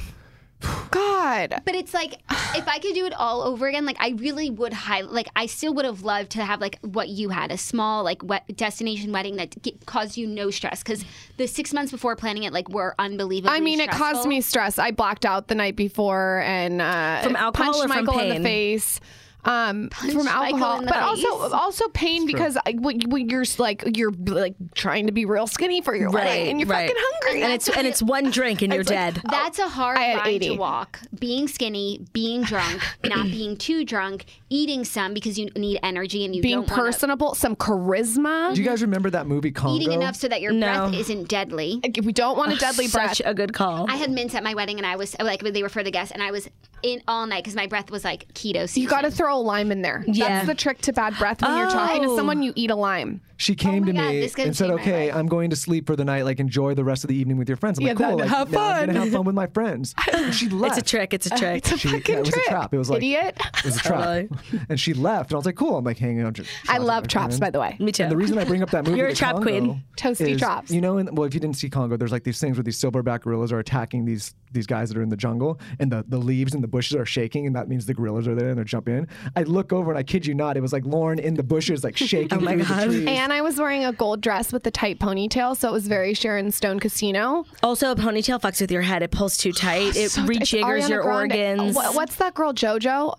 Speaker 6: God.
Speaker 3: But it's like if I could do it all over again, like I really would highlight. Like I still would have loved to have like what you had, a small like wet destination wedding that g- caused you no stress because the six months before planning it like were unbelievable.
Speaker 6: I mean, it caused me stress. I blacked out the night before and uh,
Speaker 4: From alcohol
Speaker 6: punched
Speaker 4: or from
Speaker 6: Michael in
Speaker 4: pain?
Speaker 6: the face. Um, from
Speaker 3: Michael
Speaker 6: alcohol,
Speaker 3: in the
Speaker 6: but
Speaker 3: face?
Speaker 6: also also pain because I, when when you're like you're like trying to be real skinny for your wedding and you're
Speaker 4: right.
Speaker 6: fucking hungry
Speaker 4: and it's and it's one drink and you're dead.
Speaker 3: That's a hard
Speaker 6: I had
Speaker 3: line
Speaker 6: 80.
Speaker 3: to walk. Being skinny, being drunk, not being too drunk, eating some because you need energy and you
Speaker 6: being
Speaker 3: don't wanna-
Speaker 6: personable, some charisma.
Speaker 5: Do you guys remember that movie Congo?
Speaker 3: eating enough so that your breath isn't deadly.
Speaker 6: we don't want a deadly breath.
Speaker 4: Such a good call.
Speaker 3: I had mints at my wedding and I was like they were for the guests and I was in all night because my breath was like keto. Season.
Speaker 6: you got to throw a lime in there.
Speaker 4: Yeah. Oh.
Speaker 6: That's the trick to bad breath when you're talking to someone. You eat a lime.
Speaker 5: She came
Speaker 3: my
Speaker 5: to
Speaker 3: God,
Speaker 5: me
Speaker 3: this could
Speaker 5: and said,
Speaker 3: change my
Speaker 5: "Okay,
Speaker 3: life."
Speaker 5: I'm going to sleep for the night. Like, enjoy the rest of the evening with your friends." I'm like,
Speaker 6: that-
Speaker 5: "Cool, like,
Speaker 6: have
Speaker 5: now I'm gonna
Speaker 6: fun."
Speaker 5: have fun with my friends." And she left.
Speaker 4: It's a trick. It's a trick.
Speaker 5: She, yeah, it was a trap. It was like
Speaker 6: Idiot.
Speaker 5: It was a trap. and she left, and I was like, "Cool." I'm like hanging out. just-
Speaker 6: I love traps, by the way.
Speaker 4: Me too.
Speaker 5: And the reason I bring up that movie,
Speaker 4: You're a
Speaker 5: The
Speaker 4: trap
Speaker 5: Congo,
Speaker 4: queen.
Speaker 6: Toasty
Speaker 5: is,
Speaker 6: traps.
Speaker 5: You know, in, well, if you didn't see Congo, there's like these things where these silverback gorillas are attacking these these guys that are in the jungle, and the, the leaves and the bushes are shaking, and that means the gorillas are there and they're jumping in. I look over, and I kid you not, it was like Lauren in the bushes, like shaking
Speaker 4: my
Speaker 5: through
Speaker 4: God.
Speaker 5: the trees.
Speaker 6: And I was wearing a gold dress with a tight ponytail, so it was very Sharon Stone Casino.
Speaker 4: Also, a ponytail fucks with your head. It pulls too tight. It
Speaker 6: So- it's
Speaker 4: rejiggers
Speaker 6: Ariana
Speaker 4: your
Speaker 6: Grande.
Speaker 4: organs.
Speaker 6: What- what's that girl, JoJo?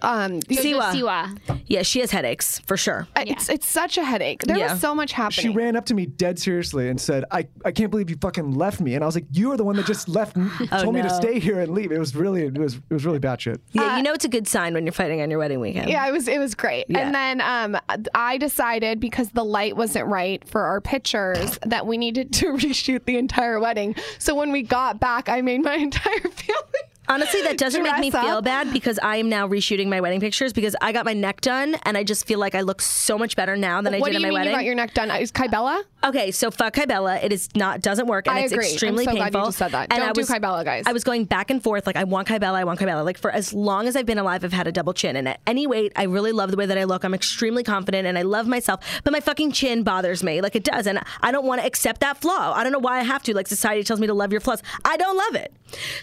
Speaker 6: Um,
Speaker 4: Siwa.
Speaker 3: Siwa.
Speaker 4: Yeah, she has headaches for sure.
Speaker 6: It's it's such a headache. There
Speaker 4: Yeah.
Speaker 6: was so much happening.
Speaker 5: she ran up to me dead seriously and said, I, I can't believe you fucking left me. And I was like, You are the one that just left me, told me to
Speaker 4: Oh, no.
Speaker 5: stay here and leave. It was really it was it was really batshit.
Speaker 4: Yeah, you know it's a good sign when you're fighting on your wedding weekend.
Speaker 6: Uh, Yeah, it was it was great.
Speaker 4: Yeah.
Speaker 6: And then um, I decided because the light wasn't right for our pictures that we needed to reshoot the entire wedding. So when we got back, I made my entire family.
Speaker 4: Honestly, that doesn't make me
Speaker 6: dress
Speaker 4: feel
Speaker 6: up.
Speaker 4: bad because I am now reshooting my wedding pictures because I got my neck done and I just feel like I look so much better now than I
Speaker 6: what
Speaker 4: did
Speaker 6: do
Speaker 4: at
Speaker 6: you
Speaker 4: my
Speaker 6: mean
Speaker 4: wedding.
Speaker 6: you got your neck done? Uh, Is Kybella?
Speaker 4: Okay, so fuck Kybella. It is not doesn't work, and
Speaker 6: I
Speaker 4: it's
Speaker 6: agree. I'm
Speaker 4: extremely
Speaker 6: so glad you
Speaker 4: painful.
Speaker 6: just said that.
Speaker 4: And
Speaker 6: Don't
Speaker 4: I
Speaker 6: do
Speaker 4: was,
Speaker 6: Kybella, guys.
Speaker 4: I was going back and forth. Like I want Kybella, I want Kybella. Like for as long as I've been alive, I've had a double chin, and at any weight, I really love the way that I look. I'm extremely confident, and I love myself. But my fucking chin bothers me, like it does, and I don't want to accept that flaw. I don't know why I have to. Like society tells me to love your flaws. I don't love it.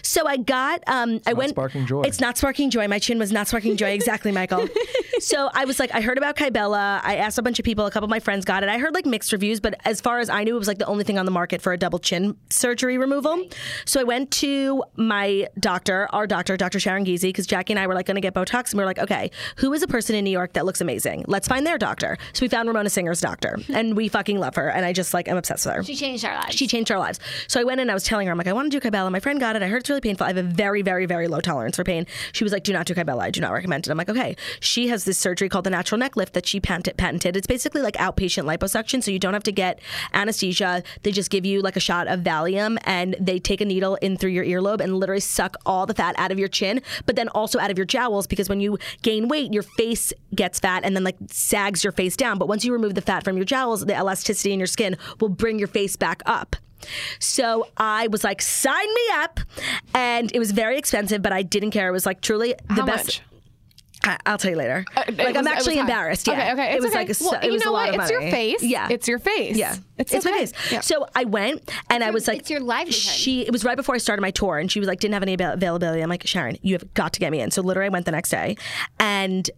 Speaker 4: So I got. Um, I went
Speaker 5: sparking joy.
Speaker 4: It's not sparking joy. My chin was not sparking joy. Exactly, Michael. so I was like, I heard about Kybella. I asked a bunch of people. A couple of my friends got it. I heard like mixed reviews, but as far as I knew, it was like the only thing on the market for a double chin surgery removal. So I went to my doctor, our doctor, Dr. Sharon Geezy, because Jackie and I were like going to get Botox, and we were like, okay, who is a person in New York that looks amazing? Let's find their doctor. So we found Ramona Singer's doctor, and we fucking love her. And I just like, I'm obsessed with her
Speaker 3: She changed our lives.
Speaker 4: she changed our lives. So I went in, I was telling her, I'm like, I want to do Kybella. My friend got it. I heard it's really painful. I have a very, very, very low tolerance for pain. She was like, do not do Kybella. I do not recommend it. I'm like, okay. She has this surgery called the natural neck lift that she patent- patented. It's basically like outpatient liposuction. So you don't have to get anesthesia. They just give you like a shot of Valium and they take a needle in through your earlobe and literally suck all the fat out of your chin, but then also out of your jowls because when you gain weight, your face gets fat and then like sags your face down. But once you remove the fat from your jowls, the elasticity in your skin will bring your face back up. So I was like, sign me up. And it was very expensive, but I didn't care. It was like truly the
Speaker 6: How
Speaker 4: best.
Speaker 6: much? Uh,
Speaker 4: I- I'll tell you later.
Speaker 6: It
Speaker 4: like I'm
Speaker 6: was- it was
Speaker 4: actually
Speaker 6: high.
Speaker 4: embarrassed. Yeah,
Speaker 6: Okay, okay. It's
Speaker 4: it was
Speaker 6: okay.
Speaker 4: like a, so-
Speaker 6: well,
Speaker 4: it was
Speaker 6: you know
Speaker 4: a lot
Speaker 6: what?
Speaker 4: of
Speaker 6: It's your
Speaker 4: money.
Speaker 6: face.
Speaker 4: Yeah,
Speaker 6: It's your face.
Speaker 4: Yeah,
Speaker 6: It's,
Speaker 4: my
Speaker 6: okay.
Speaker 4: face.
Speaker 6: Yeah.
Speaker 4: So I went and I
Speaker 3: your-
Speaker 4: was like,
Speaker 3: it's your livelihood.
Speaker 4: She. It was right before I started my tour, and she was like, didn't have any avail- availability. I'm like, Sharon, you have got to get me in. So literally, I went the next day, and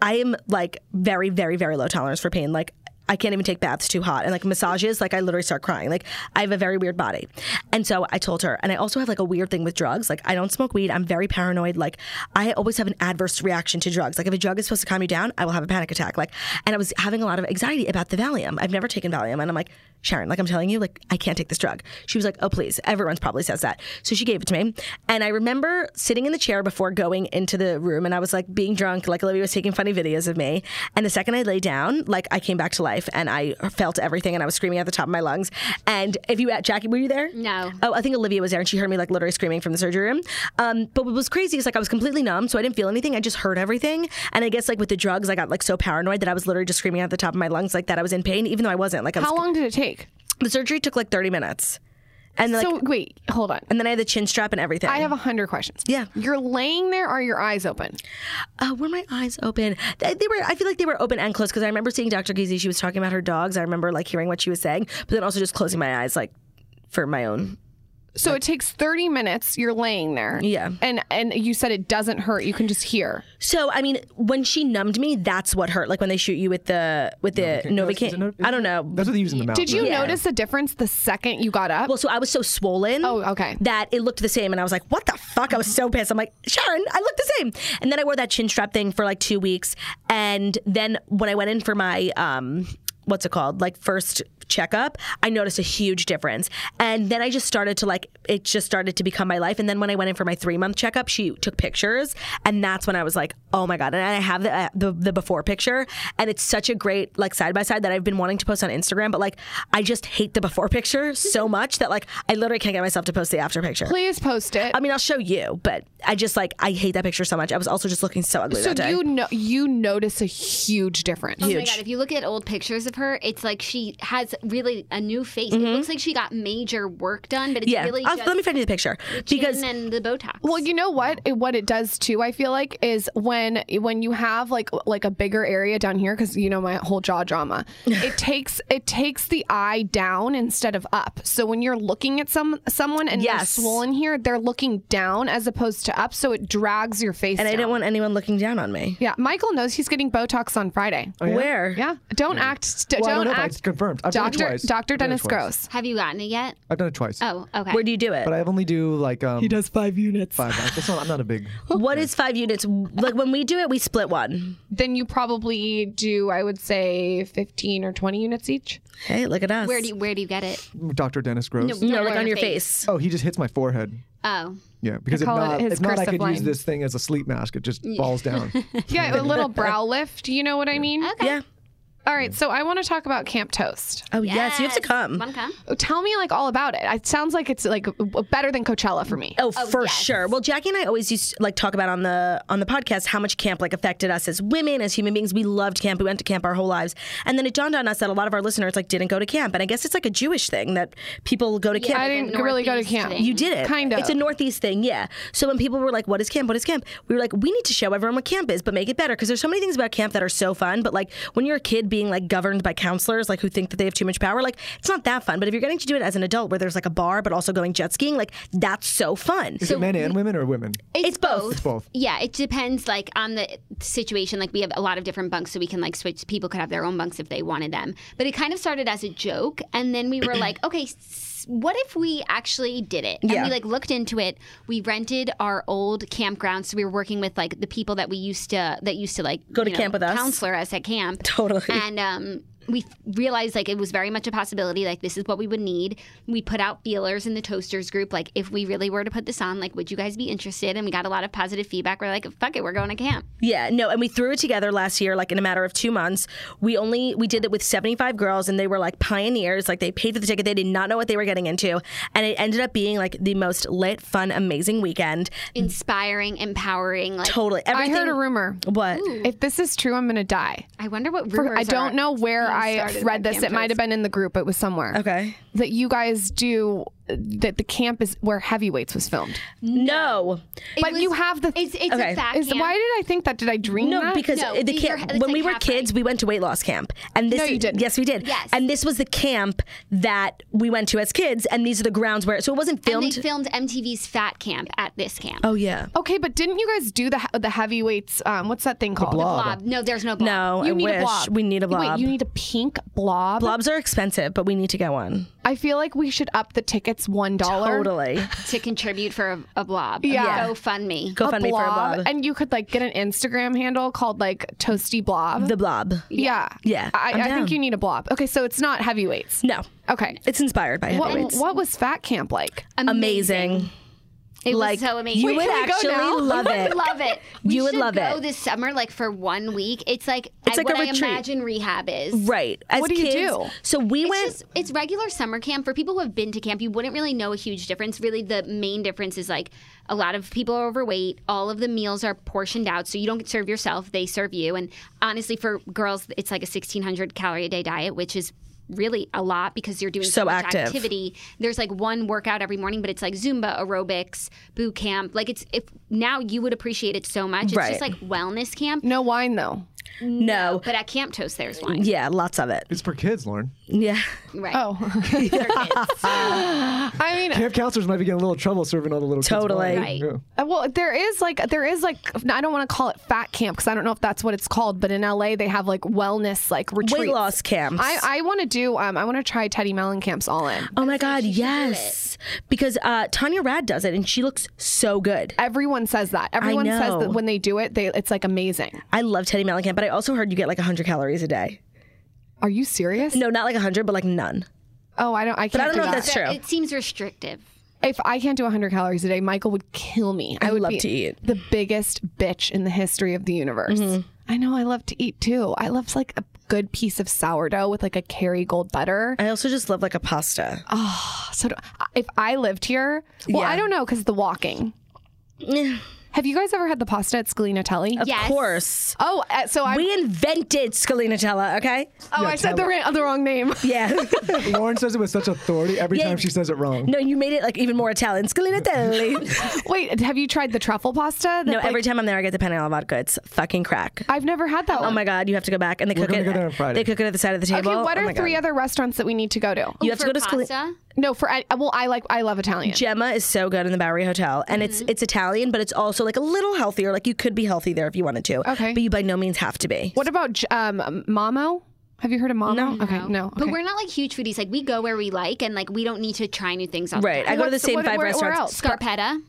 Speaker 4: I am like very, very, very low tolerance for pain. Like I can't even take baths too hot. And like massages, like I literally start crying. Like I have a very weird body. And so I told her, and I also have like a weird thing with drugs. Like I don't smoke weed. I'm very paranoid. Like I always have an adverse reaction to drugs. Like if a drug is supposed to calm you down, I will have a panic attack. Like and I was having a lot of anxiety about the Valium. I've never taken Valium. And I'm like, Sharon, like I'm telling you, like I can't take this drug. She was like, Oh please, everyone's probably says that. So she gave it to me. And I remember sitting in the chair before going into the room and I was like being drunk, like Olivia was taking funny videos of me. And the second I lay down, like I came back to life and I felt everything and I was screaming at the top of my lungs. And if you uh, Jackie, were you there?
Speaker 3: No.
Speaker 4: Oh, I think Olivia was there and she heard me like literally screaming from the surgery room. Um, but what was crazy is like I was completely numb, so I didn't feel anything. I just heard everything. And I guess like with the drugs, I got like so paranoid that I was literally just screaming at the top of my lungs like that I was in pain, even though I wasn't. Like I was,
Speaker 6: How long did it take?
Speaker 4: the surgery took like 30 minutes. And like
Speaker 6: so wait, hold on.
Speaker 4: and then I had the chin strap and everything.
Speaker 6: I have a hundred questions.
Speaker 4: Yeah.
Speaker 6: You're laying there. Are your eyes open?
Speaker 4: uh, were my eyes open? They, they were. I feel like they were open and closed because I remember seeing Dr. Geezy. She was talking about her dogs. I remember like hearing what she was saying, but then also just closing my eyes like for my own.
Speaker 6: So it takes 30 minutes. You're laying there.
Speaker 4: Yeah.
Speaker 6: And and you said it doesn't hurt. You can just hear.
Speaker 4: So I mean, when she numbed me, that's what hurt. Like when they shoot you with the with the
Speaker 5: No, is
Speaker 4: Novocaine.
Speaker 5: it Nov-
Speaker 4: I don't know.
Speaker 5: That's what they use in the mouth.
Speaker 6: Did you
Speaker 5: right?
Speaker 6: notice a difference the second you got up?
Speaker 4: well, so I was so swollen.
Speaker 6: Oh, okay.
Speaker 4: That it looked the same, and I was like, "What the fuck?" I was so pissed. I'm like, "Sharon, I look the same." And then I wore that chin strap thing for like two weeks, and then when I went in for my um, what's it called, like first checkup, I noticed a huge difference, and then I just started to like it just started to become my life. And then when I went in for my three month checkup, she took pictures, and that's when I was like, "Oh my god!" And I have the uh, the, the before picture, and it's such a great like side by side that I've been wanting to post on Instagram, but like I just hate the before picture so much that like I literally can't get myself to post the after picture.
Speaker 6: Please post it.
Speaker 4: I mean, I'll show you, but I just like I hate that picture so much. I was also just looking so ugly
Speaker 6: so
Speaker 4: that day.
Speaker 6: you know you notice a huge difference.
Speaker 3: Oh my god! If you look at old pictures of her, it's like she has really a new face. It looks like she got major work done, but it's
Speaker 4: Mm-hmm. yeah,
Speaker 3: really
Speaker 4: I'll-
Speaker 3: just
Speaker 4: let me find you the picture because
Speaker 3: chin and the Botox.
Speaker 6: Well, you know what? It, what it does too, I feel like, is when when you have like like a bigger area down here, because you know my whole jaw drama. it takes it takes the eye down instead of up. So when you're looking at some someone and they're
Speaker 4: Yes.
Speaker 6: swollen here, they're looking down as opposed to up. So it drags your face.
Speaker 4: and I
Speaker 6: down.
Speaker 4: didn't want anyone looking down on me.
Speaker 6: Yeah, Michael knows he's getting Botox on Friday.
Speaker 4: Where?
Speaker 6: Yeah,
Speaker 4: Mm.
Speaker 6: don't act. d-
Speaker 5: Well, I
Speaker 6: don't
Speaker 5: don't know if I-
Speaker 6: act.
Speaker 5: it's confirmed. I've done it
Speaker 6: Doctor
Speaker 5: twice.
Speaker 6: Doctor
Speaker 5: I've done it
Speaker 6: Dennis
Speaker 5: twice.
Speaker 6: Gross.
Speaker 3: Have you gotten it yet?
Speaker 5: I've done it twice.
Speaker 3: Oh, okay.
Speaker 4: Where do you do it?
Speaker 5: But I only do like um. He does
Speaker 4: five units.
Speaker 5: five. Like, that's not, I'm not a big.
Speaker 4: What is five units? Like when we do it, we split one.
Speaker 6: Then you probably do. I would say fifteen or twenty units each.
Speaker 4: Hey, look at us.
Speaker 3: Where do you, where do you get it?
Speaker 5: Dr. Dennis Gross.
Speaker 4: No,
Speaker 3: Or
Speaker 4: like on your face.
Speaker 5: Oh, he just hits my forehead.
Speaker 3: Oh,
Speaker 5: Yeah, because if
Speaker 6: call it
Speaker 5: not,
Speaker 6: his
Speaker 5: if not, I
Speaker 6: cursive
Speaker 5: could use
Speaker 6: line.
Speaker 5: this thing as a sleep mask. It just falls down.
Speaker 6: Yeah, a little brow lift. You know what I mean?
Speaker 4: Yeah.
Speaker 6: All right, so I want to talk about Camp Toast.
Speaker 4: Oh yes, you have to come.
Speaker 3: Want to come?
Speaker 6: Tell me like all about it. It sounds like it's like w- better than Coachella for me.
Speaker 4: Oh, for sure. Well, Jackie and I always used to, like talk about on the on the podcast how much camp like affected us as women, as human beings. We loved camp. We went to camp our whole lives, and then it dawned on us that a lot of our listeners like didn't go to camp, and I guess it's like a Jewish thing that people go to camp.
Speaker 6: I didn't really go to
Speaker 3: Northeast
Speaker 6: camp.
Speaker 3: thing.
Speaker 4: You did it.
Speaker 6: Mm-hmm. Kind of.
Speaker 4: It's a Northeast thing, yeah. So when people were like, what is camp? What is camp? We were like, we need to show everyone what camp is, but make it better. Because there's so many things about camp that are so fun. But like when you're a kid being like governed by counselors, like who think that they have too much power, like it's not that fun. But if you're getting to do it as an adult where there's like a bar, but also going jet skiing, like that's so fun.
Speaker 5: Is it men and women or women?
Speaker 3: It's, both.
Speaker 5: It's both.
Speaker 3: Yeah, it depends like on the situation. Like we have a lot of different bunks, so we can like switch. People could have their own bunks if they wanted them. But it kind of started as a joke, and then we were like, okay, s- what if we actually did it? And
Speaker 4: Yeah.
Speaker 3: we like looked into it. We rented our old campground, so we were working with like the people that we used to that used to like
Speaker 4: Go to
Speaker 3: you
Speaker 4: camp with us.
Speaker 3: counselor us at camp.
Speaker 4: Totally.
Speaker 3: And um, we realized like it was very much a possibility. Like this is what we would need. We put out feelers in the toasters group. Like if we really were to put this on, like would you guys be interested? And we got a lot of positive feedback. We're like, fuck it, we're going to camp.
Speaker 4: Yeah, no, and we threw it together last year, like in a matter of two months. We only we did it with seventy five girls, and they were like pioneers. Like they paid for the ticket, they did not know what they were getting into, and it ended up being like the most lit, fun, amazing weekend.
Speaker 3: Inspiring, empowering. Like
Speaker 4: Totally,
Speaker 6: I
Speaker 4: everything.
Speaker 6: heard a rumor.
Speaker 4: What?
Speaker 6: If this is true, I'm going to die.
Speaker 3: I wonder what
Speaker 6: For-
Speaker 3: rumors.
Speaker 6: I don't
Speaker 3: are
Speaker 6: know where
Speaker 3: being
Speaker 6: I
Speaker 3: started
Speaker 6: read
Speaker 3: about
Speaker 6: this. It
Speaker 3: camp
Speaker 6: might have
Speaker 3: trips.
Speaker 6: been in the group. It was somewhere.
Speaker 4: Okay.
Speaker 6: That you guys do that the camp is where Heavyweights was filmed.
Speaker 4: No.
Speaker 3: It
Speaker 6: but you have the-
Speaker 3: It's, it's
Speaker 4: Okay.
Speaker 3: a fact.
Speaker 6: Is, why did I think that? Did I dream
Speaker 4: No,
Speaker 6: that?
Speaker 4: because
Speaker 3: No,
Speaker 4: the
Speaker 3: these are-
Speaker 4: camp,
Speaker 3: it's
Speaker 4: when
Speaker 3: like
Speaker 4: we were
Speaker 3: half right.
Speaker 4: kids, we went to weight loss camp, and this
Speaker 6: No, you didn't.
Speaker 4: Yes, we did.
Speaker 3: Yes.
Speaker 4: And this was the camp that we went to as kids, and these are the grounds where. So it wasn't
Speaker 3: And
Speaker 4: filmed.
Speaker 3: they filmed MTV's Fat Camp at this camp.
Speaker 4: oh yeah.
Speaker 6: Okay, but didn't you guys do the the heavyweights? Um, what's that thing called?
Speaker 3: Blob. No, there's no blob.
Speaker 4: No, Oh,
Speaker 6: You
Speaker 4: I
Speaker 6: need
Speaker 4: wish
Speaker 6: a blob.
Speaker 4: we need a
Speaker 6: Wait,
Speaker 4: blob.
Speaker 6: you need a pink blob.
Speaker 4: Blobs are expensive, but we need to get one.
Speaker 6: I feel like we should up the tickets one dollar.
Speaker 4: Totally.
Speaker 3: to contribute for a, a blob.
Speaker 6: Yeah.
Speaker 3: go fund me.
Speaker 4: Go fund me for a
Speaker 6: Blob,
Speaker 4: blob.
Speaker 6: and you could like get an Instagram handle called like Toasty Blob.
Speaker 4: the blob.
Speaker 6: yeah,
Speaker 4: Yeah,
Speaker 6: I,
Speaker 4: I'm
Speaker 6: I
Speaker 4: down.
Speaker 6: think you need a blob. Okay, so it's not heavyweights.
Speaker 4: No.
Speaker 6: Okay,
Speaker 4: It's inspired by
Speaker 6: what,
Speaker 4: heavyweights.
Speaker 6: what was Fat Camp like?
Speaker 4: amazing.
Speaker 3: It was
Speaker 4: Like
Speaker 3: so amazing.
Speaker 4: you would
Speaker 6: can we go now?
Speaker 4: actually love
Speaker 3: I
Speaker 4: it.
Speaker 3: love it.
Speaker 4: You would
Speaker 3: should
Speaker 4: love
Speaker 3: go
Speaker 4: it.
Speaker 3: this summer, like for one week. It's like
Speaker 4: It's
Speaker 3: I-
Speaker 4: like a
Speaker 3: what I
Speaker 4: retreat.
Speaker 3: imagine rehab is.
Speaker 4: Right. As
Speaker 6: What do you
Speaker 4: kids,
Speaker 6: do?
Speaker 4: So we
Speaker 3: It's
Speaker 4: went.
Speaker 3: just it's regular summer camp for people who have been to camp. You wouldn't really know a huge difference. Really, the main difference is like a lot of people are overweight. All of the meals are portioned out, so you don't serve yourself; they serve you. And honestly, for girls, it's like a sixteen hundred calorie a day diet, which is really a lot because you're doing so,
Speaker 4: So
Speaker 3: much
Speaker 4: active.
Speaker 3: activity. There's like one workout every morning, but it's like Zumba, aerobics, boot camp. Like it's if now you would appreciate it so much. It's
Speaker 4: Right.
Speaker 3: just like wellness camp.
Speaker 6: No wine though.
Speaker 4: no.
Speaker 3: But at Camp Toast, there's one.
Speaker 4: Yeah, lots of it.
Speaker 5: It's for kids, Lauren.
Speaker 4: Yeah.
Speaker 3: Right.
Speaker 6: Oh, I mean,
Speaker 5: Camp counselors might be getting a little trouble serving all the little
Speaker 4: Totally.
Speaker 5: kids.
Speaker 3: Right.
Speaker 5: Yeah.
Speaker 6: Uh, Well, there is like there is like I don't want to call it fat camp because I don't know if that's what it's called, but in LA they have like wellness like retreats.
Speaker 4: Weight loss camps.
Speaker 6: I, I want to do um I want to try Teddy Mellon camps all in.
Speaker 4: oh my God, yes. Because uh, Tanya Rad does it, and she looks so good.
Speaker 6: Everyone says that. Everyone says
Speaker 4: know.
Speaker 6: that when they do it, they it's like amazing.
Speaker 4: I love Teddy Mellencamp, but I also heard you get like 100 calories a day.
Speaker 6: Are you serious?
Speaker 4: No, not like 100, but like none.
Speaker 6: Oh, I don't. I can't.
Speaker 4: But I don't
Speaker 6: do
Speaker 4: know
Speaker 6: that.
Speaker 4: if that's true.
Speaker 3: It seems restrictive.
Speaker 6: If I can't do 100 calories a day, Michael would kill me. I,
Speaker 4: I
Speaker 6: would
Speaker 4: love
Speaker 6: be
Speaker 4: to eat. Mm-hmm.
Speaker 6: The biggest bitch in the history of the universe. I know. I love to eat too. I love like a good piece of sourdough with like a Kerrygold butter.
Speaker 4: I also just love like a pasta.
Speaker 6: So do- if I lived here, well,
Speaker 4: Yeah.
Speaker 6: I don't know because the walking. Have you guys ever had the pasta at Scalinatelli?
Speaker 4: of
Speaker 3: Yes.
Speaker 4: course.
Speaker 6: Oh, uh, so I.
Speaker 4: We invented Scalinatella, okay?
Speaker 6: oh, I said the, ra- the wrong name.
Speaker 4: Yeah.
Speaker 5: Lauren says it with such authority every
Speaker 4: Yeah.
Speaker 5: time she says it wrong.
Speaker 4: No, you made it like even more Italian. Scalinatelli.
Speaker 6: Wait, have you tried the truffle pasta?
Speaker 4: no, every time I'm there, I get the penne alla vodka. It's fucking crack.
Speaker 6: I've never had that
Speaker 4: Oh
Speaker 6: one.
Speaker 4: my god, you have to go back and they cook
Speaker 5: gonna
Speaker 4: it.
Speaker 5: go there on Friday.
Speaker 4: They cook it at the side of the
Speaker 6: Okay,
Speaker 4: table.
Speaker 6: what
Speaker 4: Oh
Speaker 6: are
Speaker 4: my
Speaker 6: three
Speaker 4: God.
Speaker 6: other restaurants that we need to go to?
Speaker 4: You have to
Speaker 3: For
Speaker 4: go to Scalin-
Speaker 3: pasta?
Speaker 6: No, for I, well, I like I love Italian.
Speaker 4: Gemma is so good in the Bowery Hotel, and it's
Speaker 6: Mm-hmm.
Speaker 4: it's Italian, but it's also like a little healthier. Like you could be healthy there if you wanted to.
Speaker 6: Okay.
Speaker 4: but you by no means have to be.
Speaker 6: What about J- um Mamo? Have you heard of Mamo? No. Okay,
Speaker 4: Oh,
Speaker 6: no.
Speaker 3: But
Speaker 6: okay.
Speaker 3: we're not like huge foodies. Like we go where we like, and like we don't need to try new things. All the
Speaker 4: Right, I
Speaker 3: time.
Speaker 4: go to the
Speaker 6: What's-
Speaker 4: same
Speaker 6: what-
Speaker 4: five
Speaker 6: where- where
Speaker 4: restaurants.
Speaker 6: else?
Speaker 3: Scarpetta.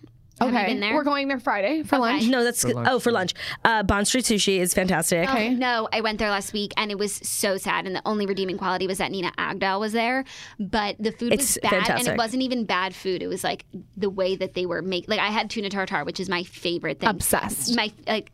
Speaker 3: Have you
Speaker 6: okay.
Speaker 3: been there?
Speaker 6: We're going there Friday for lunch.
Speaker 4: No, that's oh for lunch. Uh, Bond Street Sushi is fantastic.
Speaker 6: Um,
Speaker 3: Oh, no, I went there last week and it was so sad. And the only redeeming quality was that Nina Agdal was there, but the food
Speaker 4: It's
Speaker 3: was bad, and
Speaker 4: fantastic.
Speaker 3: it wasn't even bad food. It was like the way that they were making. Like I had tuna tartare, which is my favorite thing.
Speaker 6: Obsessed.
Speaker 3: My like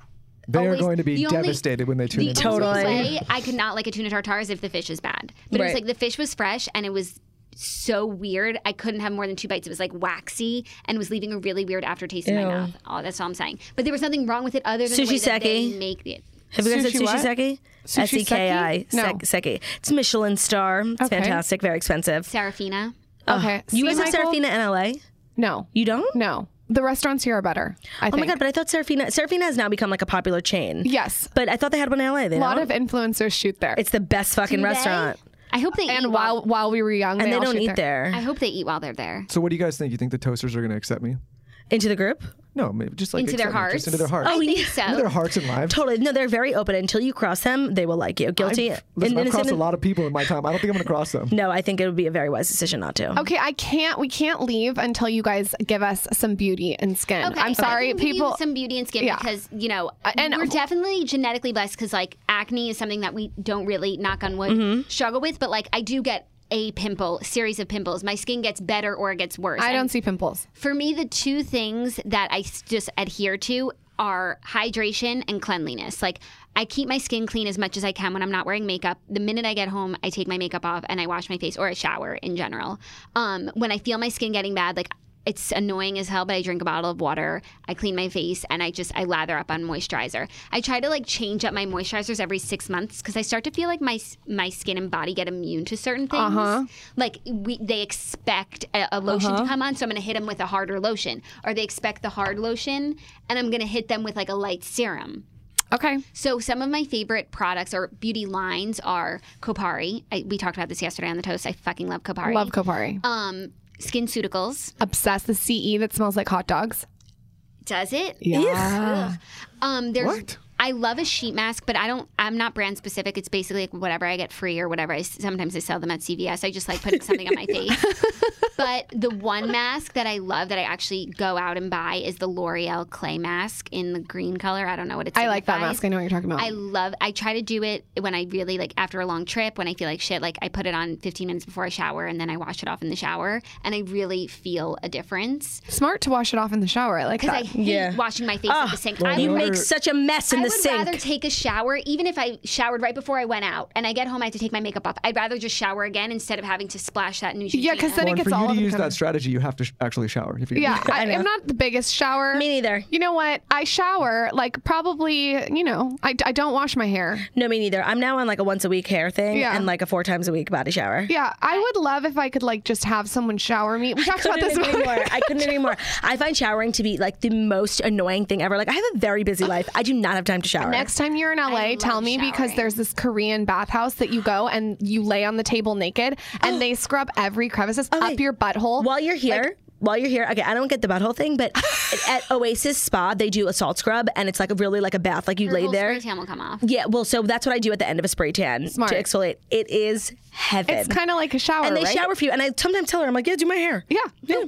Speaker 5: They are
Speaker 3: always-
Speaker 5: going to be
Speaker 3: the only-
Speaker 5: devastated when they tune
Speaker 3: the
Speaker 5: into
Speaker 3: only
Speaker 4: Totally.
Speaker 3: way I could not like a tuna tartare is if the fish is bad. But it was
Speaker 4: Right.
Speaker 3: like the fish was fresh and it was so weird. I couldn't have more than two bites. It was like waxy and was leaving a really weird aftertaste in my mouth. Oh, that's all I'm saying. But there was nothing wrong with it other than the way that they
Speaker 4: Sushi-seki.
Speaker 3: make it.
Speaker 4: Have you guys had
Speaker 6: Sushi
Speaker 4: sushi
Speaker 6: what?
Speaker 4: seki?
Speaker 6: Sushi
Speaker 4: S e k i
Speaker 6: seki? No.
Speaker 4: sek- seki. It's Michelin star. It's
Speaker 6: Okay.
Speaker 4: fantastic. Very expensive.
Speaker 3: Serafina.
Speaker 6: okay.
Speaker 4: You
Speaker 6: See,
Speaker 4: guys have
Speaker 6: Michael?
Speaker 4: Serafina in L.A.
Speaker 6: No.
Speaker 4: You don't?
Speaker 6: No. The restaurants here are better. I
Speaker 4: Oh
Speaker 6: think.
Speaker 4: my god! But I thought Serafina Serafina has now become like a popular chain.
Speaker 6: Yes.
Speaker 4: But I thought they had one in L.A. They
Speaker 6: A lot
Speaker 4: don't?
Speaker 6: of influencers shoot there.
Speaker 4: It's the best fucking
Speaker 3: Do they?
Speaker 4: restaurant,
Speaker 3: I hope they eat
Speaker 6: and while while we were young,
Speaker 4: and they
Speaker 6: all
Speaker 4: don't
Speaker 6: shoot
Speaker 4: eat there.
Speaker 3: I hope they eat while they're there.
Speaker 5: So what do you guys think? You think the toasters are going to accept me?
Speaker 4: Into the group?
Speaker 5: No, maybe just like
Speaker 3: Into their
Speaker 5: accept me, just
Speaker 3: hearts?
Speaker 5: into their hearts,
Speaker 3: I think so.
Speaker 5: into their hearts and lives.
Speaker 4: Totally. No, they're very open. Until you cross them, they will like you. Guilty.
Speaker 5: I've, listen,
Speaker 4: and
Speaker 5: I've
Speaker 4: innocent
Speaker 5: crossed a
Speaker 4: and-
Speaker 5: lot of people in my time. I don't think I'm going to cross them.
Speaker 4: No, I think it would be a very wise decision not to.
Speaker 6: Okay, I can't. We can't leave until you guys give us some beauty and skin.
Speaker 3: Okay,
Speaker 6: I'm
Speaker 3: I
Speaker 6: sorry,
Speaker 3: can give you
Speaker 6: people.
Speaker 3: Some beauty and skin
Speaker 6: Yeah. Uh,
Speaker 3: because you know
Speaker 6: and-
Speaker 3: we're definitely genetically blessed because like acne is something that we don't really knock on wood
Speaker 6: Mm-hmm.
Speaker 3: struggle with, but like I do get a pimple, series of pimples. My skin gets better or it gets worse.
Speaker 6: I
Speaker 3: And
Speaker 6: don't see pimples.
Speaker 3: For me, the two things that I s- just adhere to are hydration and cleanliness. Like, I keep my skin clean as much as I can when I'm not wearing makeup. The minute I get home, I take my makeup off and I wash my face or I shower in general. Um, when I feel my skin getting bad, like, it's annoying as hell, but I drink a bottle of water. I clean my face and I just I lather up on moisturizer. I try to like change up my moisturizers every six months because I start to feel like my s- my skin and body get immune to certain things. Like we they expect a, a lotion to come on, so I'm gonna hit them with a harder lotion, or they expect the hard lotion, and I'm gonna hit them with like a light serum.
Speaker 6: Okay.
Speaker 3: So some of my favorite products or beauty lines are Kopari. I, we talked about this yesterday on the toast. I fucking love Kopari.
Speaker 6: Love Kopari.
Speaker 3: um SkinCeuticals.
Speaker 6: Obsessed the CE that smells like hot dogs.
Speaker 3: Does it?
Speaker 6: Yeah.
Speaker 3: Um, there's.
Speaker 5: What?
Speaker 3: I love a sheet mask, but I don't. I'm not brand specific. It's basically like whatever I get free or whatever. I s- sometimes I sell them at CVS. I just like putting something on my face. But the one mask that I love that I actually go out and buy is the L'Oreal clay mask in the green color. I don't know what it's.
Speaker 6: I like that mask. I know what you're talking about.
Speaker 3: I love. I try to do it when I really like after a long trip when I feel like shit. Like I put it on 15 minutes before I shower and then I wash it off in the shower and I really feel a difference
Speaker 6: Smart to wash it off in the shower. I like
Speaker 3: because I
Speaker 6: that. Ah,
Speaker 3: hate washing my face at the sink. I
Speaker 4: You
Speaker 3: would
Speaker 4: make such a mess in
Speaker 3: I
Speaker 4: the
Speaker 3: would
Speaker 4: sink.
Speaker 3: rather take a shower, even if I showered right before I went out and I get home, I have to take my makeup off. I'd rather just shower again instead of having to splash that new.
Speaker 6: Yeah, 'cause
Speaker 5: Lauren,
Speaker 6: then it
Speaker 5: for
Speaker 6: gets
Speaker 5: you
Speaker 6: all
Speaker 5: to
Speaker 6: over the
Speaker 5: use
Speaker 6: counter.
Speaker 5: that strategy, you have to sh- actually shower. If you
Speaker 6: Yeah, I, am not the biggest shower.
Speaker 4: Me neither.
Speaker 6: You know what? I shower like probably, you know, I, I don't wash my hair.
Speaker 4: No, me neither. I'm now on like a once a week hair thing
Speaker 6: Yeah.
Speaker 4: and like a four times a week body shower.
Speaker 6: Yeah, I would love if I could like just have someone shower me. We talked about
Speaker 4: couldn't
Speaker 6: this
Speaker 4: agree
Speaker 6: before.
Speaker 4: more. I couldn't agree more. I find showering to be like the most annoying thing ever. Like I have a very busy life. I do not have time to shower.
Speaker 6: Next time you're in LA, tell
Speaker 3: love
Speaker 6: me because
Speaker 3: showering.
Speaker 6: there's this Korean bathhouse that you go and you lay on the table naked and they scrub every crevices
Speaker 4: Okay.
Speaker 6: up your butthole.
Speaker 4: While you're here, while you're here, okay, I don't get the butthole thing, but at Oasis Spa they do a salt scrub and it's like a really like a bath. Like you lay there.
Speaker 3: tan will come off.
Speaker 4: Yeah, well, so that's what I do at the end of a spray tan
Speaker 6: Smart.
Speaker 4: to exfoliate. It is heaven.
Speaker 6: it's kind of like a shower,
Speaker 4: and they
Speaker 6: right?
Speaker 4: shower for you. And I sometimes tell her, I'm like, yeah, do my hair.
Speaker 6: Yeah.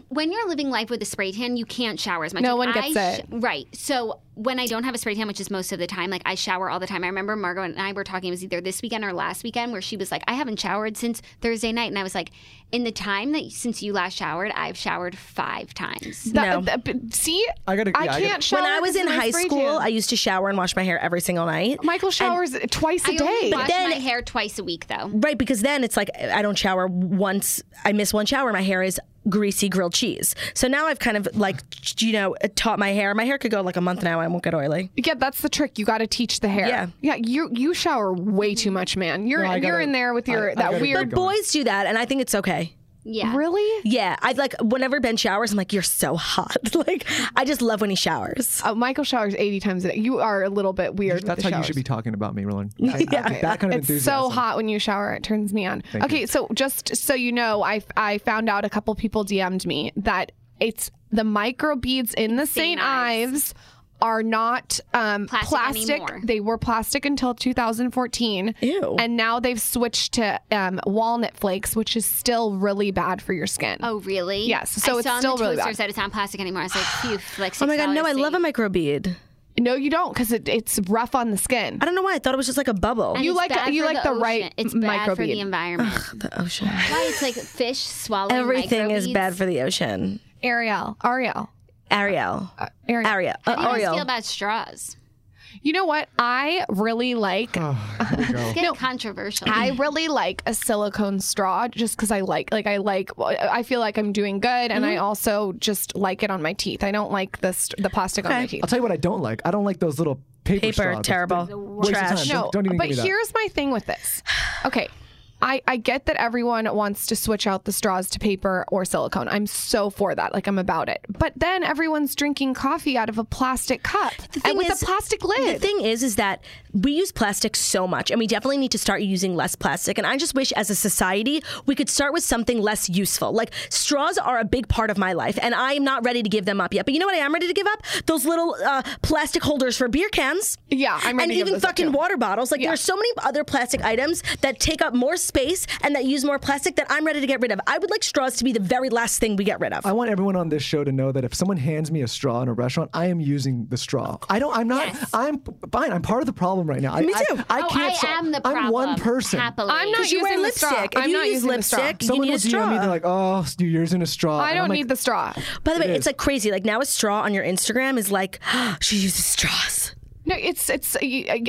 Speaker 3: When you're living life with a spray tan, you can't shower as much.
Speaker 6: No
Speaker 3: Like,
Speaker 6: one gets
Speaker 3: I
Speaker 6: it.
Speaker 3: Right. So when I don't have a spray tan, which is most of the time, like I shower all the time. I remember Margot and I were talking. It was either this weekend or last weekend where she was like, "I haven't showered since Thursday night," and I was like, "In the time that since you last showered, I've showered five times."
Speaker 6: That- that- but see,
Speaker 5: I gotta-
Speaker 6: I
Speaker 5: yeah, I
Speaker 6: can't
Speaker 5: gotta-
Speaker 6: shower.
Speaker 4: When I was
Speaker 6: because
Speaker 4: in
Speaker 6: of my
Speaker 4: high
Speaker 6: spray
Speaker 4: school,
Speaker 6: tan. Oh
Speaker 4: I used to shower and wash my hair every single night.
Speaker 6: Michael showers twice a
Speaker 3: I only
Speaker 6: day.
Speaker 3: wash
Speaker 4: Then-
Speaker 3: my hair twice a week though.
Speaker 4: Right, because then it's like I don't shower once. I miss one shower. My hair is greasy grilled cheese. So now I've kind of like, you know, taught my hair. My hair could go like a month now. I won't get oily.
Speaker 6: Yeah, that's the trick. You got to teach the hair.
Speaker 4: Yeah.
Speaker 6: yeah. You you shower way too much, man. You're
Speaker 5: I
Speaker 6: you're
Speaker 5: gotta-
Speaker 6: in there with your
Speaker 5: I- I
Speaker 6: that
Speaker 5: gotta
Speaker 6: weird.
Speaker 5: keep going.
Speaker 4: Boys do that, and I think it's okay.
Speaker 3: Yeah.
Speaker 6: Really?
Speaker 4: Yeah, I like whenever Ben showers, I'm like, you're so hot. Like, I just love when he showers.
Speaker 6: Oh, Michael showers eighty times a day. You are a little bit weird. with
Speaker 5: That's
Speaker 6: the
Speaker 5: how you
Speaker 6: showers.
Speaker 5: should be talking about me, Roland. I- I- That kind of
Speaker 6: It's so
Speaker 5: enthusiasm.
Speaker 6: hot when you shower. It turns me on. okay, so just so you know, I I found out a couple people DM'd me that it's the micro beads in the St. Ives are not um,
Speaker 3: Plastic
Speaker 6: plastic.
Speaker 3: anymore.
Speaker 6: They were plastic until 2014.
Speaker 4: Ew.
Speaker 6: And now they've switched to um, walnut flakes, which is still really bad for your skin.
Speaker 3: Oh, really?
Speaker 6: Yes, so
Speaker 3: I
Speaker 6: it's
Speaker 3: saw
Speaker 6: still
Speaker 3: in the
Speaker 6: really bad.
Speaker 3: toasters that it's not plastic anymore. I was like, phew, like
Speaker 4: Oh my god,
Speaker 3: $6
Speaker 4: no, I
Speaker 3: a
Speaker 4: love a micro bead.
Speaker 6: No, you don't, because it, it's rough on the skin.
Speaker 4: I don't know why. I thought it was just like a bubble.
Speaker 3: And
Speaker 6: You
Speaker 3: it's
Speaker 6: like-
Speaker 3: bad
Speaker 6: you
Speaker 3: for
Speaker 6: like the right
Speaker 3: ocean. It's bad for
Speaker 6: microbead.
Speaker 3: the environment.
Speaker 4: the ocean.
Speaker 3: Why it's like fish swallowing
Speaker 4: Everything is bad for the ocean.
Speaker 6: Ariel, Ariel,
Speaker 4: Ariel.
Speaker 6: Ariel.
Speaker 4: Ariel. Uh,
Speaker 3: How do you guys
Speaker 4: Ariel.
Speaker 3: feel about straws?
Speaker 6: You know what? I really like
Speaker 3: Get controversial.
Speaker 6: I really like a silicone straw just because I like, like, I like, I feel like I'm doing good, and
Speaker 4: Mm-hmm.
Speaker 6: I also just like it on my teeth. I don't like the st- the plastic on my teeth.
Speaker 5: I'll tell you what I don't like. I don't like those little paper, straws.
Speaker 4: Paper,
Speaker 5: That's the
Speaker 4: terrible.
Speaker 5: waste of time.
Speaker 4: Trash.
Speaker 5: Don't-
Speaker 6: No,
Speaker 5: don't even
Speaker 6: but
Speaker 5: give me that.
Speaker 6: here's my thing with this. Okay. I, I get that everyone wants to switch out the straws to paper or silicone. I'm so for that. Like, I'm about it. But then everyone's drinking coffee out of a plastic cup and with
Speaker 4: is-
Speaker 6: a plastic lid.
Speaker 4: The thing is, is that we use plastic so much, and we definitely need to start using less plastic. And I just wish, as a society, we could start with something less useful. Like straws are a big part of my life, and I am not ready to give them up yet. But you know what? I am ready to give up those little uh, plastic holders for beer cans.
Speaker 6: Yeah, I'm ready
Speaker 4: and
Speaker 6: to give
Speaker 4: even
Speaker 6: those up,
Speaker 4: fucking
Speaker 6: too.
Speaker 4: water bottles. Like there are so many other plastic items that take up more space and that use more plastic that I'm ready to get rid of. I would like straws to be the very last thing we get rid of.
Speaker 5: I want everyone on this show to know that if someone hands me a straw in a restaurant, I am using the straw. I don't. I'm not. I'm fine. I'm part of the problem right now.
Speaker 4: Me
Speaker 5: I,
Speaker 4: too.
Speaker 5: I, I
Speaker 3: oh,
Speaker 5: can't.
Speaker 3: I
Speaker 5: sol-
Speaker 3: am the problem.
Speaker 5: I'm one person.
Speaker 3: Happily.
Speaker 6: I'm not
Speaker 4: you wear
Speaker 6: using the
Speaker 4: lipstick.
Speaker 6: straw.
Speaker 4: If
Speaker 6: I'm
Speaker 4: you
Speaker 6: not
Speaker 4: use
Speaker 6: using the straw.
Speaker 4: lipstick,
Speaker 5: Someone
Speaker 4: you
Speaker 5: will
Speaker 4: need a
Speaker 5: DM
Speaker 4: straw.
Speaker 5: me. They're like, "Oh, you- you're using a straw."
Speaker 6: I
Speaker 5: And
Speaker 6: don't
Speaker 5: I'm like,
Speaker 6: need the straw.
Speaker 4: By the way,
Speaker 5: It
Speaker 4: it's
Speaker 5: is.
Speaker 4: like crazy. Like now, a straw on your Instagram is like she uses straws.
Speaker 6: No, it's it's.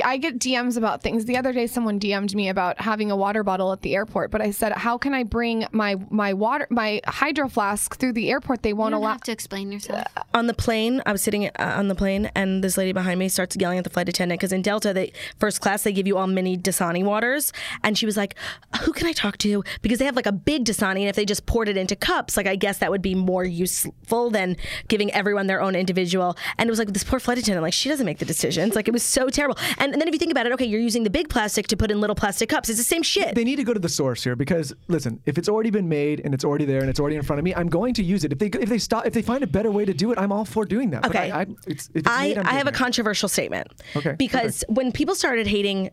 Speaker 6: I get DMs about things. The other day, someone DM'd me about having a water bottle at the airport, but I said, "How can I bring my my water my hydro flask through the airport? They won't
Speaker 3: You don't
Speaker 6: allow."
Speaker 3: have to explain yourself.
Speaker 4: On the plane, I was sitting uh, on the plane, and this lady behind me starts yelling at the flight attendant because in Delta, they first class they give you all mini Dasani waters, and she was like, "Who can I talk to?" Because they have like a big Dasani, and if they just poured it into cups, like I guess that would be more useful than giving everyone their own individual. And it was like this poor flight attendant, like she doesn't make the decisions. Like it was so terrible. And, and then if you think about it, okay, you're using the big plastic to put in little plastic cups. It's the same shit.
Speaker 5: They need to go to the source here because listen, if it's already been made and it's already there and it's already in front of me, I'm going to use it. If they if they stop if they find a better way to do it, I'm all for doing that. But
Speaker 4: Okay.
Speaker 5: I, I, it's, if it's
Speaker 4: I,
Speaker 5: made, I'm
Speaker 4: I have a
Speaker 5: doing it.
Speaker 4: controversial statement.
Speaker 5: Okay,
Speaker 4: Because when people started hating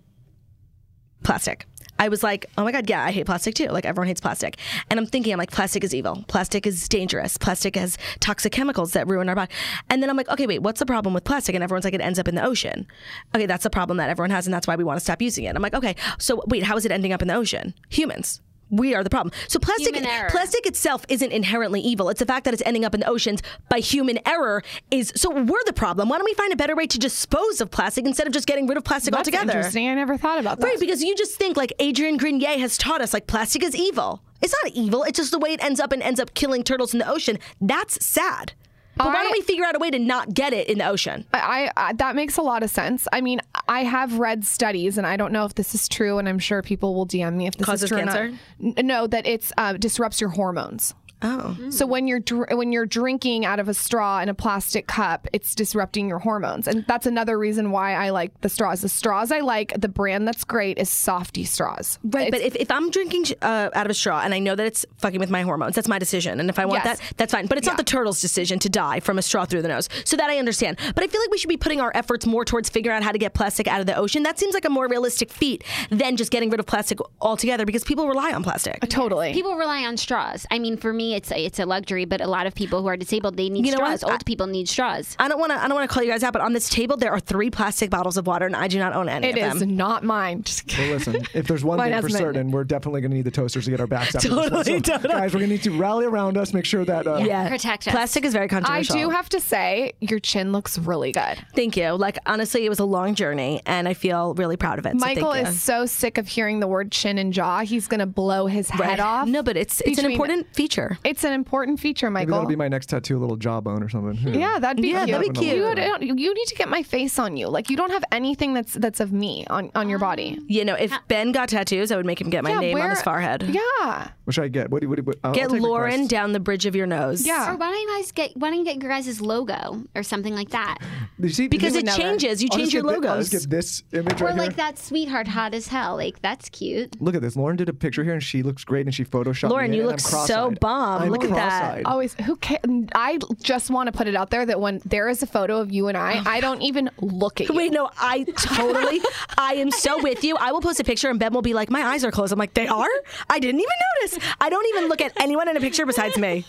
Speaker 4: plastic, I was like, oh my God, yeah, I hate plastic too. Like everyone hates plastic. And I'm thinking, I'm like, plastic is evil. Plastic is dangerous. Plastic has toxic chemicals that ruin our body. And then I'm like, okay, wait, what's the problem with plastic? And everyone's like, it ends up in the ocean. Okay, that's the problem that everyone has, and that's why we want to stop using it. I'm like, okay, so wait, how is it ending up in the ocean? Humans. We are the problem. So plastic,
Speaker 3: Human error.
Speaker 4: plastic plastic itself isn't inherently evil. It's the fact that it's ending up in the oceans by human error is so we're the problem. Why don't we find a better way to dispose of plastic instead of just getting rid of plastic
Speaker 6: That's
Speaker 4: altogether?
Speaker 6: interesting. I never thought about that.
Speaker 4: Right, because you just think like Adrian Grenier has taught us like plastic is evil. It's not evil. It's just the way it ends up and ends up killing turtles in the ocean. That's sad. But why don't
Speaker 6: I-
Speaker 4: we figure out a way to not get it in the ocean?
Speaker 6: I, I that makes a lot of sense. I mean, I have read studies, and I don't know if this is true, and I'm sure people will DM me if this
Speaker 4: Causes
Speaker 6: is true. or not.
Speaker 4: cancer?
Speaker 6: N- No, that it's uh, disrupts your hormones.
Speaker 4: Oh.
Speaker 6: So when you're dr- when you're drinking out of a straw in a plastic cup, it's disrupting your hormones, and that's another reason why I like the straws. The straws I like, the brand that's great is Softy straws.
Speaker 4: Right, but if, if I'm drinking uh, out of a straw and I know that it's fucking with my hormones, that's my decision. And if I want
Speaker 6: Yes.
Speaker 4: that, that's fine. But it's not the turtle's decision to die from a straw through the nose. So that I understand. But I feel like we should be putting our efforts more towards figuring out how to get plastic out of the ocean. That seems like a more realistic feat than just getting rid of plastic altogether because people rely on plastic.
Speaker 6: Totally.
Speaker 3: People rely on straws. I mean, for me, it's a, it's a luxury, but a lot of people who are disabled they need
Speaker 4: You know what?
Speaker 3: straws. Old people need straws.
Speaker 4: I don't want to. I don't want to call you guys out, but on this table there are three plastic bottles of water, and I do not own any
Speaker 6: it
Speaker 4: of
Speaker 6: is
Speaker 4: them.
Speaker 6: not mine. Just kidding.
Speaker 5: Well, listen, if there's one
Speaker 6: Mine
Speaker 5: thing for
Speaker 6: hasn't been-
Speaker 5: certain, we're definitely going to need the toasters to get our backs up. totally,
Speaker 4: totally.
Speaker 5: Guys, we're going to need to rally around us, make sure that. Uh,
Speaker 4: Yeah,
Speaker 3: Protect us.
Speaker 4: Plastic is very
Speaker 6: I
Speaker 4: controversial.
Speaker 6: do have to say, your chin looks really good.
Speaker 4: Thank you. Like honestly, it was a long journey, and I feel really proud of it. so
Speaker 6: Michael
Speaker 4: thank you.
Speaker 6: is so sick of hearing the word chin and jaw. He's going to blow his head off.
Speaker 4: No, but it's it's an
Speaker 6: between-
Speaker 4: important feature.
Speaker 6: It's an important feature,
Speaker 5: Maybe that'll
Speaker 6: Michael.
Speaker 5: be my next tattoo, a little jawbone or something.
Speaker 4: Hmm.
Speaker 5: Who knows?
Speaker 6: yeah, that'd be
Speaker 4: Yeah,
Speaker 6: cute.
Speaker 4: that'd be cute.
Speaker 6: You, don't- you need to get my face on you. Like you don't have anything that's that's of me on on your body.
Speaker 4: You know, if Ben got tattoos, I would make him Ah. get my
Speaker 6: Yeah,
Speaker 4: name on
Speaker 6: where-
Speaker 4: his forehead.
Speaker 6: Yeah.
Speaker 5: What should I get? What do you? What, do- what, I'll,
Speaker 4: Get
Speaker 5: I'll take
Speaker 4: Lauren
Speaker 5: requests.
Speaker 4: down the bridge of your nose.
Speaker 6: Yeah.
Speaker 3: Or why don't you guys get why don't you get your guys' logo or something like that?
Speaker 5: You see,
Speaker 4: Because it
Speaker 5: I'll
Speaker 4: changes. You
Speaker 5: just
Speaker 4: change your
Speaker 5: get thi- I'll
Speaker 4: logos.
Speaker 5: just get this image
Speaker 3: Or
Speaker 5: right
Speaker 3: like
Speaker 5: here.
Speaker 3: that sweetheart hot as hell. Like that's cute.
Speaker 5: Look at this. Lauren did a picture here, and she looks great, and she photoshopped.
Speaker 4: Lauren,
Speaker 5: me in,
Speaker 4: you
Speaker 5: and
Speaker 4: look
Speaker 5: I'm
Speaker 4: so
Speaker 5: cross-eyed.
Speaker 4: bomb.
Speaker 5: I'm
Speaker 4: Look at that.
Speaker 5: cross-eyed.
Speaker 6: Always who ca I just want to put it out there that when there is a photo of you and I, I don't even look at you.
Speaker 4: Wait, no, I totally, I am so with you. I will post a picture and Ben will be like, my eyes are closed. I'm like, they are? I didn't even notice. I don't even look at anyone in a picture besides me.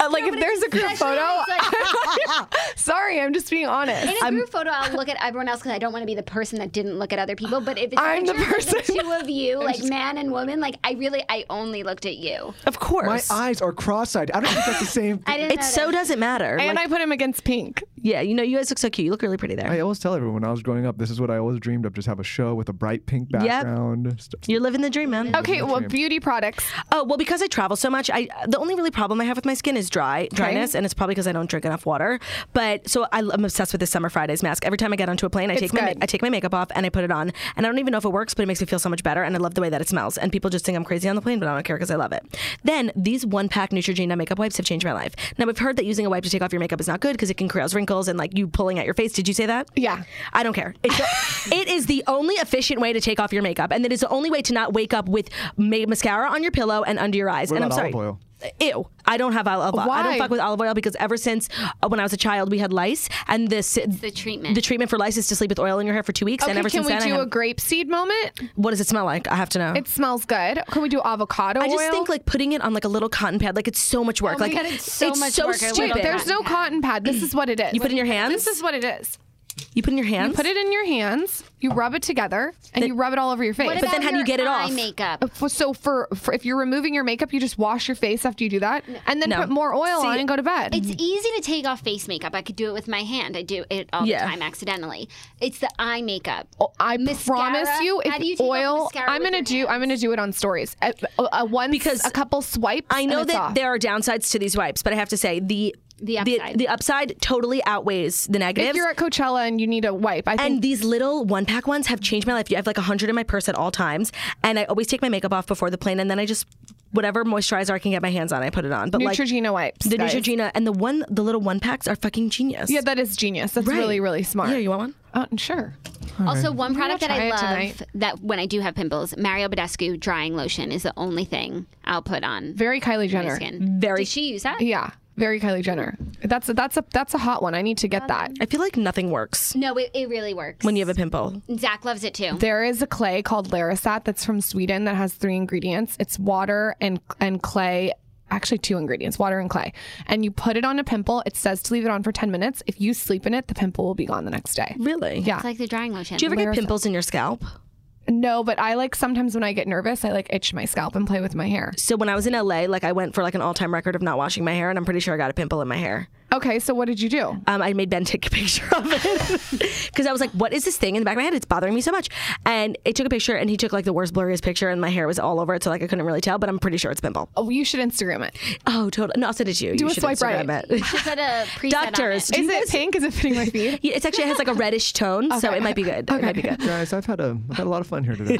Speaker 4: Uh, like,
Speaker 6: if there's a group photo, sorry, I'm just being honest.
Speaker 3: In a group photo, I'll look at everyone else because I don't want to be the person that didn't look at other people. But if it's a
Speaker 6: I'm the
Speaker 3: picture of
Speaker 6: person.
Speaker 3: the two of you, like man and woman, like I really, I only looked at you.
Speaker 4: of course.
Speaker 5: My eyes are cross-eyed. I don't think that's the same.
Speaker 3: I didn't.
Speaker 4: it so
Speaker 3: notice.
Speaker 4: doesn't matter.
Speaker 6: and
Speaker 4: Like,
Speaker 6: I put him against pink.
Speaker 4: Yeah, you know, you guys look so cute. You look really pretty there.
Speaker 5: I always tell everyone when I was growing up, this is what I always dreamed of: just have a show with a bright pink background. St-
Speaker 4: You're living the dream, man.
Speaker 6: Okay, well, beauty products.
Speaker 4: Oh well, because I travel so much, I the only really problem I have with my skin is dry dryness, and it's probably because I don't drink enough water. But so I, am obsessed with this Summer Fridays mask. Every time I get onto a plane, I take my
Speaker 6: good.
Speaker 4: I take my makeup off and I put it on, and I don't even know if it works, but it makes me feel so much better, and I love the way that it smells. And people just think I'm crazy on the plane, but I don't care because I love it. Then these one pack Neutrogena makeup wipes have changed my life. Now I've heard that using a wipe to take off your makeup is not good because it can cause wrinkles and like you pulling at your face. Did you say that?
Speaker 6: Yeah.
Speaker 4: I don't care. It's it is the only efficient way to take off your makeup, and it is the only way to not wake up with ma- mascara on your pillow and under your eyes.
Speaker 5: What
Speaker 4: and
Speaker 5: about
Speaker 4: I'm sorry.
Speaker 5: olive
Speaker 4: Ew! I don't have olive oil. I don't
Speaker 6: Why?
Speaker 4: fuck with olive oil because ever since uh, when I was a child, we had lice, and this the
Speaker 3: treatment.
Speaker 4: the treatment for lice is to sleep with oil in your hair for two weeks. and
Speaker 6: Okay,
Speaker 4: ever
Speaker 6: can
Speaker 4: since
Speaker 6: we
Speaker 4: then, I
Speaker 6: do
Speaker 4: have-
Speaker 6: a grape seed moment?
Speaker 4: what does it smell like? I have to know.
Speaker 6: It smells good. Can we do avocado
Speaker 4: Oh. I
Speaker 6: oil? Oh
Speaker 4: just think like putting it on like a little cotton pad, like it's so much work.
Speaker 3: my
Speaker 4: like
Speaker 3: God, it's so much work. I
Speaker 4: stupid.
Speaker 3: literally
Speaker 6: Wait, there's no cotton pad. This is what it is.
Speaker 4: You put it in your hands?
Speaker 6: This is what it is.
Speaker 4: you put in your hands.
Speaker 6: Put it in your hands. You rub it together and you rub it all over your face.
Speaker 3: What
Speaker 4: But then
Speaker 3: about
Speaker 4: how do you
Speaker 3: your
Speaker 4: get it
Speaker 3: eye
Speaker 4: off?
Speaker 3: Makeup.
Speaker 6: F- so for, for if you're removing your makeup, you just wash your face after you do that, and then
Speaker 4: No.
Speaker 6: put more oil
Speaker 4: See,
Speaker 6: on and go to bed.
Speaker 3: It's easy to take off face makeup. I could do it with my hand. I do it all
Speaker 4: Yeah.
Speaker 3: the time accidentally. It's the eye makeup.
Speaker 6: Oh, I promise
Speaker 3: Mascara?
Speaker 6: you,
Speaker 3: How
Speaker 6: if
Speaker 3: do you take off
Speaker 6: oil,
Speaker 3: mascara
Speaker 6: I'm
Speaker 3: with
Speaker 6: gonna
Speaker 3: your
Speaker 6: do. I'm
Speaker 3: hands?
Speaker 6: gonna do it on stories. A, a, a once,
Speaker 4: Because
Speaker 6: a couple swipes.
Speaker 4: I know
Speaker 6: and it's
Speaker 4: that
Speaker 6: off.
Speaker 4: there are downsides to these wipes, but I have to say the
Speaker 3: The
Speaker 4: the,
Speaker 3: upside.
Speaker 4: upside totally outweighs the negatives.
Speaker 6: If you're at Coachella and you need a wipe, I think
Speaker 4: and these little one pack ones have changed my life. I have like a hundred in my purse at all times, and I always take my makeup off before the plane, and then I just whatever moisturizer I can get my hands on, I put it on. But
Speaker 6: Neutrogena
Speaker 4: like
Speaker 6: wipes.
Speaker 4: the
Speaker 6: guys.
Speaker 4: Neutrogena and the one the little one packs are fucking genius.
Speaker 6: Yeah, that is genius. That's
Speaker 4: Right.
Speaker 6: really, really smart.
Speaker 4: Yeah, you want one?
Speaker 6: Uh, sure.
Speaker 3: Also, one product that
Speaker 6: try
Speaker 3: I
Speaker 6: it
Speaker 3: love
Speaker 6: tonight.
Speaker 3: that when I do have pimples, Mario Badescu drying lotion is the only thing I'll put on
Speaker 6: Very Kylie
Speaker 3: my
Speaker 6: Jenner.
Speaker 3: skin. Very. Did she use that?
Speaker 6: Yeah, very Kylie Jenner. That's a, that's a that's a hot one. I need to get that.
Speaker 4: I feel like nothing works
Speaker 3: No, it, it really works.
Speaker 4: when you have a pimple.
Speaker 3: Zach loves it too.
Speaker 6: There is a clay called Larasat that's from Sweden that has three ingredients. It's water and and clay. Actually, two ingredients, water and clay. And you put it on a pimple. It says to leave it on for 10 minutes. If you sleep in it, the pimple will be gone the next day.
Speaker 4: Really?
Speaker 6: Yeah.
Speaker 3: It's like the drying lotion.
Speaker 4: Do you ever get pimples in your scalp?
Speaker 6: No, but I like sometimes when I get nervous, I like itch my scalp and play with my hair.
Speaker 4: So when I was in LA, like I went for like an all time record of not washing my hair, and I'm pretty sure I got a pimple in my hair.
Speaker 6: Okay, so what did you do?
Speaker 4: um, I made Ben take a picture of it because I was like, "What is this thing in the back of my head? It's bothering me so much." And it took a picture, and he took like the worst blurriest picture, and my hair was all over it, so like I couldn't really tell. But I'm pretty sure it's pimple.
Speaker 6: Oh, you should Instagram it.
Speaker 4: Oh, totally. No, I'll send it to you. Do you
Speaker 6: a
Speaker 4: should
Speaker 6: swipe
Speaker 4: Instagram
Speaker 6: right.
Speaker 4: It.
Speaker 3: She put a preset
Speaker 4: Doctors, do
Speaker 6: Is
Speaker 4: you
Speaker 6: it
Speaker 4: guys-
Speaker 6: pink? Is it fitting my feet?
Speaker 4: Yeah, It's actually it has like a reddish tone, so it might be good. It might be good.
Speaker 5: Guys, I've had a I've had a lot of fun here today.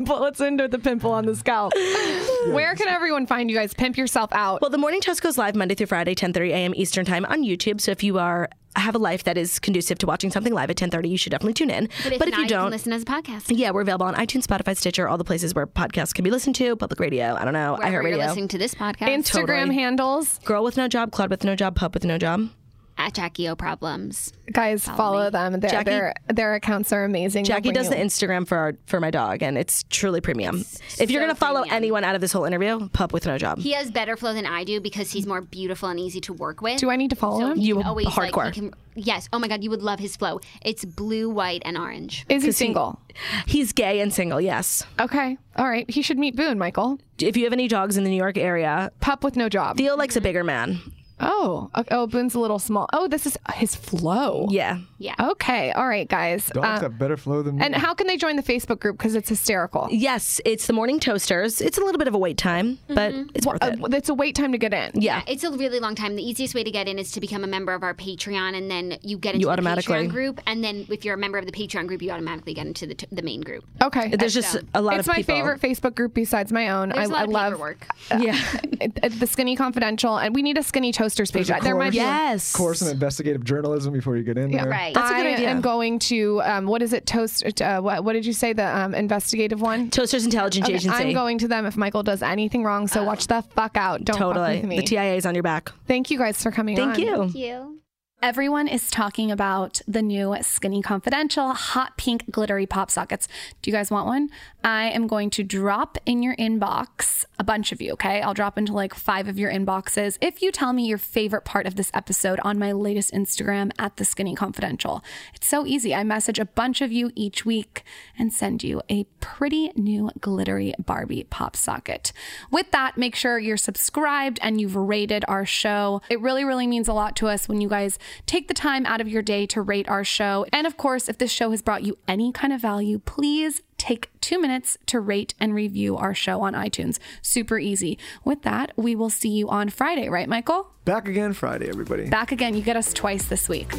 Speaker 6: Well, let's end with the pimple on the scalp. Where can everyone find you guys? Pimp yourself out.
Speaker 4: Well, the morning toast goes live Monday through Friday, 10:30 a.m. Eastern time on YouTube. So if you are have a life that is conducive to watching something live at 10:30, you should definitely tune in.
Speaker 3: But if, not,
Speaker 4: you
Speaker 3: you can
Speaker 4: don't,
Speaker 3: listen as a podcast.
Speaker 4: yeah, we're available on iTunes, Spotify, Stitcher, all the places where podcasts can be listened to. Public radio, I don't know,
Speaker 3: Wherever
Speaker 4: iHeartRadio.
Speaker 3: you're listening to this podcast.
Speaker 6: Instagram
Speaker 4: totally.
Speaker 6: handles.
Speaker 4: Girl with no job, Cloud with no job, Pup with no job.
Speaker 3: at Jackie O Problems.
Speaker 6: Guys, follow, them. Their,
Speaker 4: Jackie-
Speaker 6: their their accounts are amazing. They'll
Speaker 4: Jackie
Speaker 6: bring
Speaker 4: does the
Speaker 6: you-
Speaker 4: Instagram for our, for my dog, and it's truly premium. if you're
Speaker 3: so
Speaker 4: gonna follow
Speaker 3: premium.
Speaker 4: anyone out of this whole interview, Pup with no job.
Speaker 3: He has better flow than I do because he's more beautiful and easy to work with.
Speaker 6: Do I need to follow
Speaker 3: so
Speaker 6: him?
Speaker 3: he
Speaker 4: You
Speaker 3: can always like, he
Speaker 4: hardcore.
Speaker 3: can- yes. Oh my God, you would love his flow. It's blue, white, and orange.
Speaker 6: Is he single?
Speaker 4: He's gay and single. Yes.
Speaker 6: okay. All right. He should meet Boone, Michael.
Speaker 4: If you have any dogs in the New York area,
Speaker 6: Pup with no job.
Speaker 4: Theo
Speaker 3: Mm-hmm.
Speaker 4: likes a bigger man.
Speaker 6: oh. oh, oh, Boone's a little small. Oh, this is his flow.
Speaker 4: Yeah.
Speaker 3: Yeah.
Speaker 6: Okay. All right, guys.
Speaker 5: Dogs
Speaker 6: Uh,
Speaker 5: have better flow than me.
Speaker 6: and how can they join the Facebook group? Because it's hysterical.
Speaker 4: Yes, it's the morning toasters. It's a little bit of a wait time, but
Speaker 3: Mm-hmm.
Speaker 4: it's worth it.
Speaker 6: Uh, it's a wait time to get in.
Speaker 4: Yeah.
Speaker 3: It's a really long time. The easiest way to get in is to become a member of our Patreon, and then you get into
Speaker 4: You
Speaker 3: the
Speaker 4: automatically-
Speaker 3: Patreon group. And then if you're a member of the Patreon group, you automatically get into the, t- the main group.
Speaker 6: Okay.
Speaker 4: There's just a lot
Speaker 6: it's
Speaker 4: of
Speaker 6: my
Speaker 4: people.
Speaker 6: favorite Facebook group besides my own.
Speaker 3: There's a
Speaker 6: I,
Speaker 3: lot
Speaker 6: I
Speaker 3: of
Speaker 6: love
Speaker 3: paperwork.
Speaker 6: uh,
Speaker 4: Yeah.
Speaker 6: it- it- the Skinny Confidential, and we need a Skinny Toasters page.
Speaker 5: There's a
Speaker 6: There might be.
Speaker 5: course.
Speaker 4: yes.
Speaker 5: course in investigative journalism before you get in there.
Speaker 3: Right.
Speaker 4: That's a good
Speaker 6: I
Speaker 4: idea.
Speaker 6: am going to um, what is it? Toast. Uh, what, what did you say? The um, investigative one.
Speaker 4: Toasters Intelligence
Speaker 6: Okay,
Speaker 4: Agency.
Speaker 6: I'm going to them if Michael does anything wrong. So watch the fuck out. Don't fuck
Speaker 4: Uh, totally.
Speaker 6: with me.
Speaker 4: The TIA is on your back.
Speaker 6: Thank you guys for coming.
Speaker 4: Thank
Speaker 6: on.
Speaker 4: you.
Speaker 3: You.
Speaker 8: Everyone is talking about the new Skinny Confidential hot pink glittery pop sockets. Do you guys want one? I am going to drop in your inbox a bunch of you, okay? I'll drop into like five of your inboxes if you tell me your favorite part of this episode on my latest Instagram at the Skinny Confidential. It's so easy. I message a bunch of you each week and send you a pretty new glittery Barbie pop socket. With that, make sure you're subscribed and you've rated our show. It really, really means a lot to us when you guys
Speaker 2: Take the time out of your day to rate our show. And of course, if this show has brought you any kind of value, please take two minutes to rate and review our show on iTunes. Super easy. With that, we will see you on Friday, right, Michael?
Speaker 5: Back again Friday, everybody.
Speaker 2: Back again. You get us twice this week.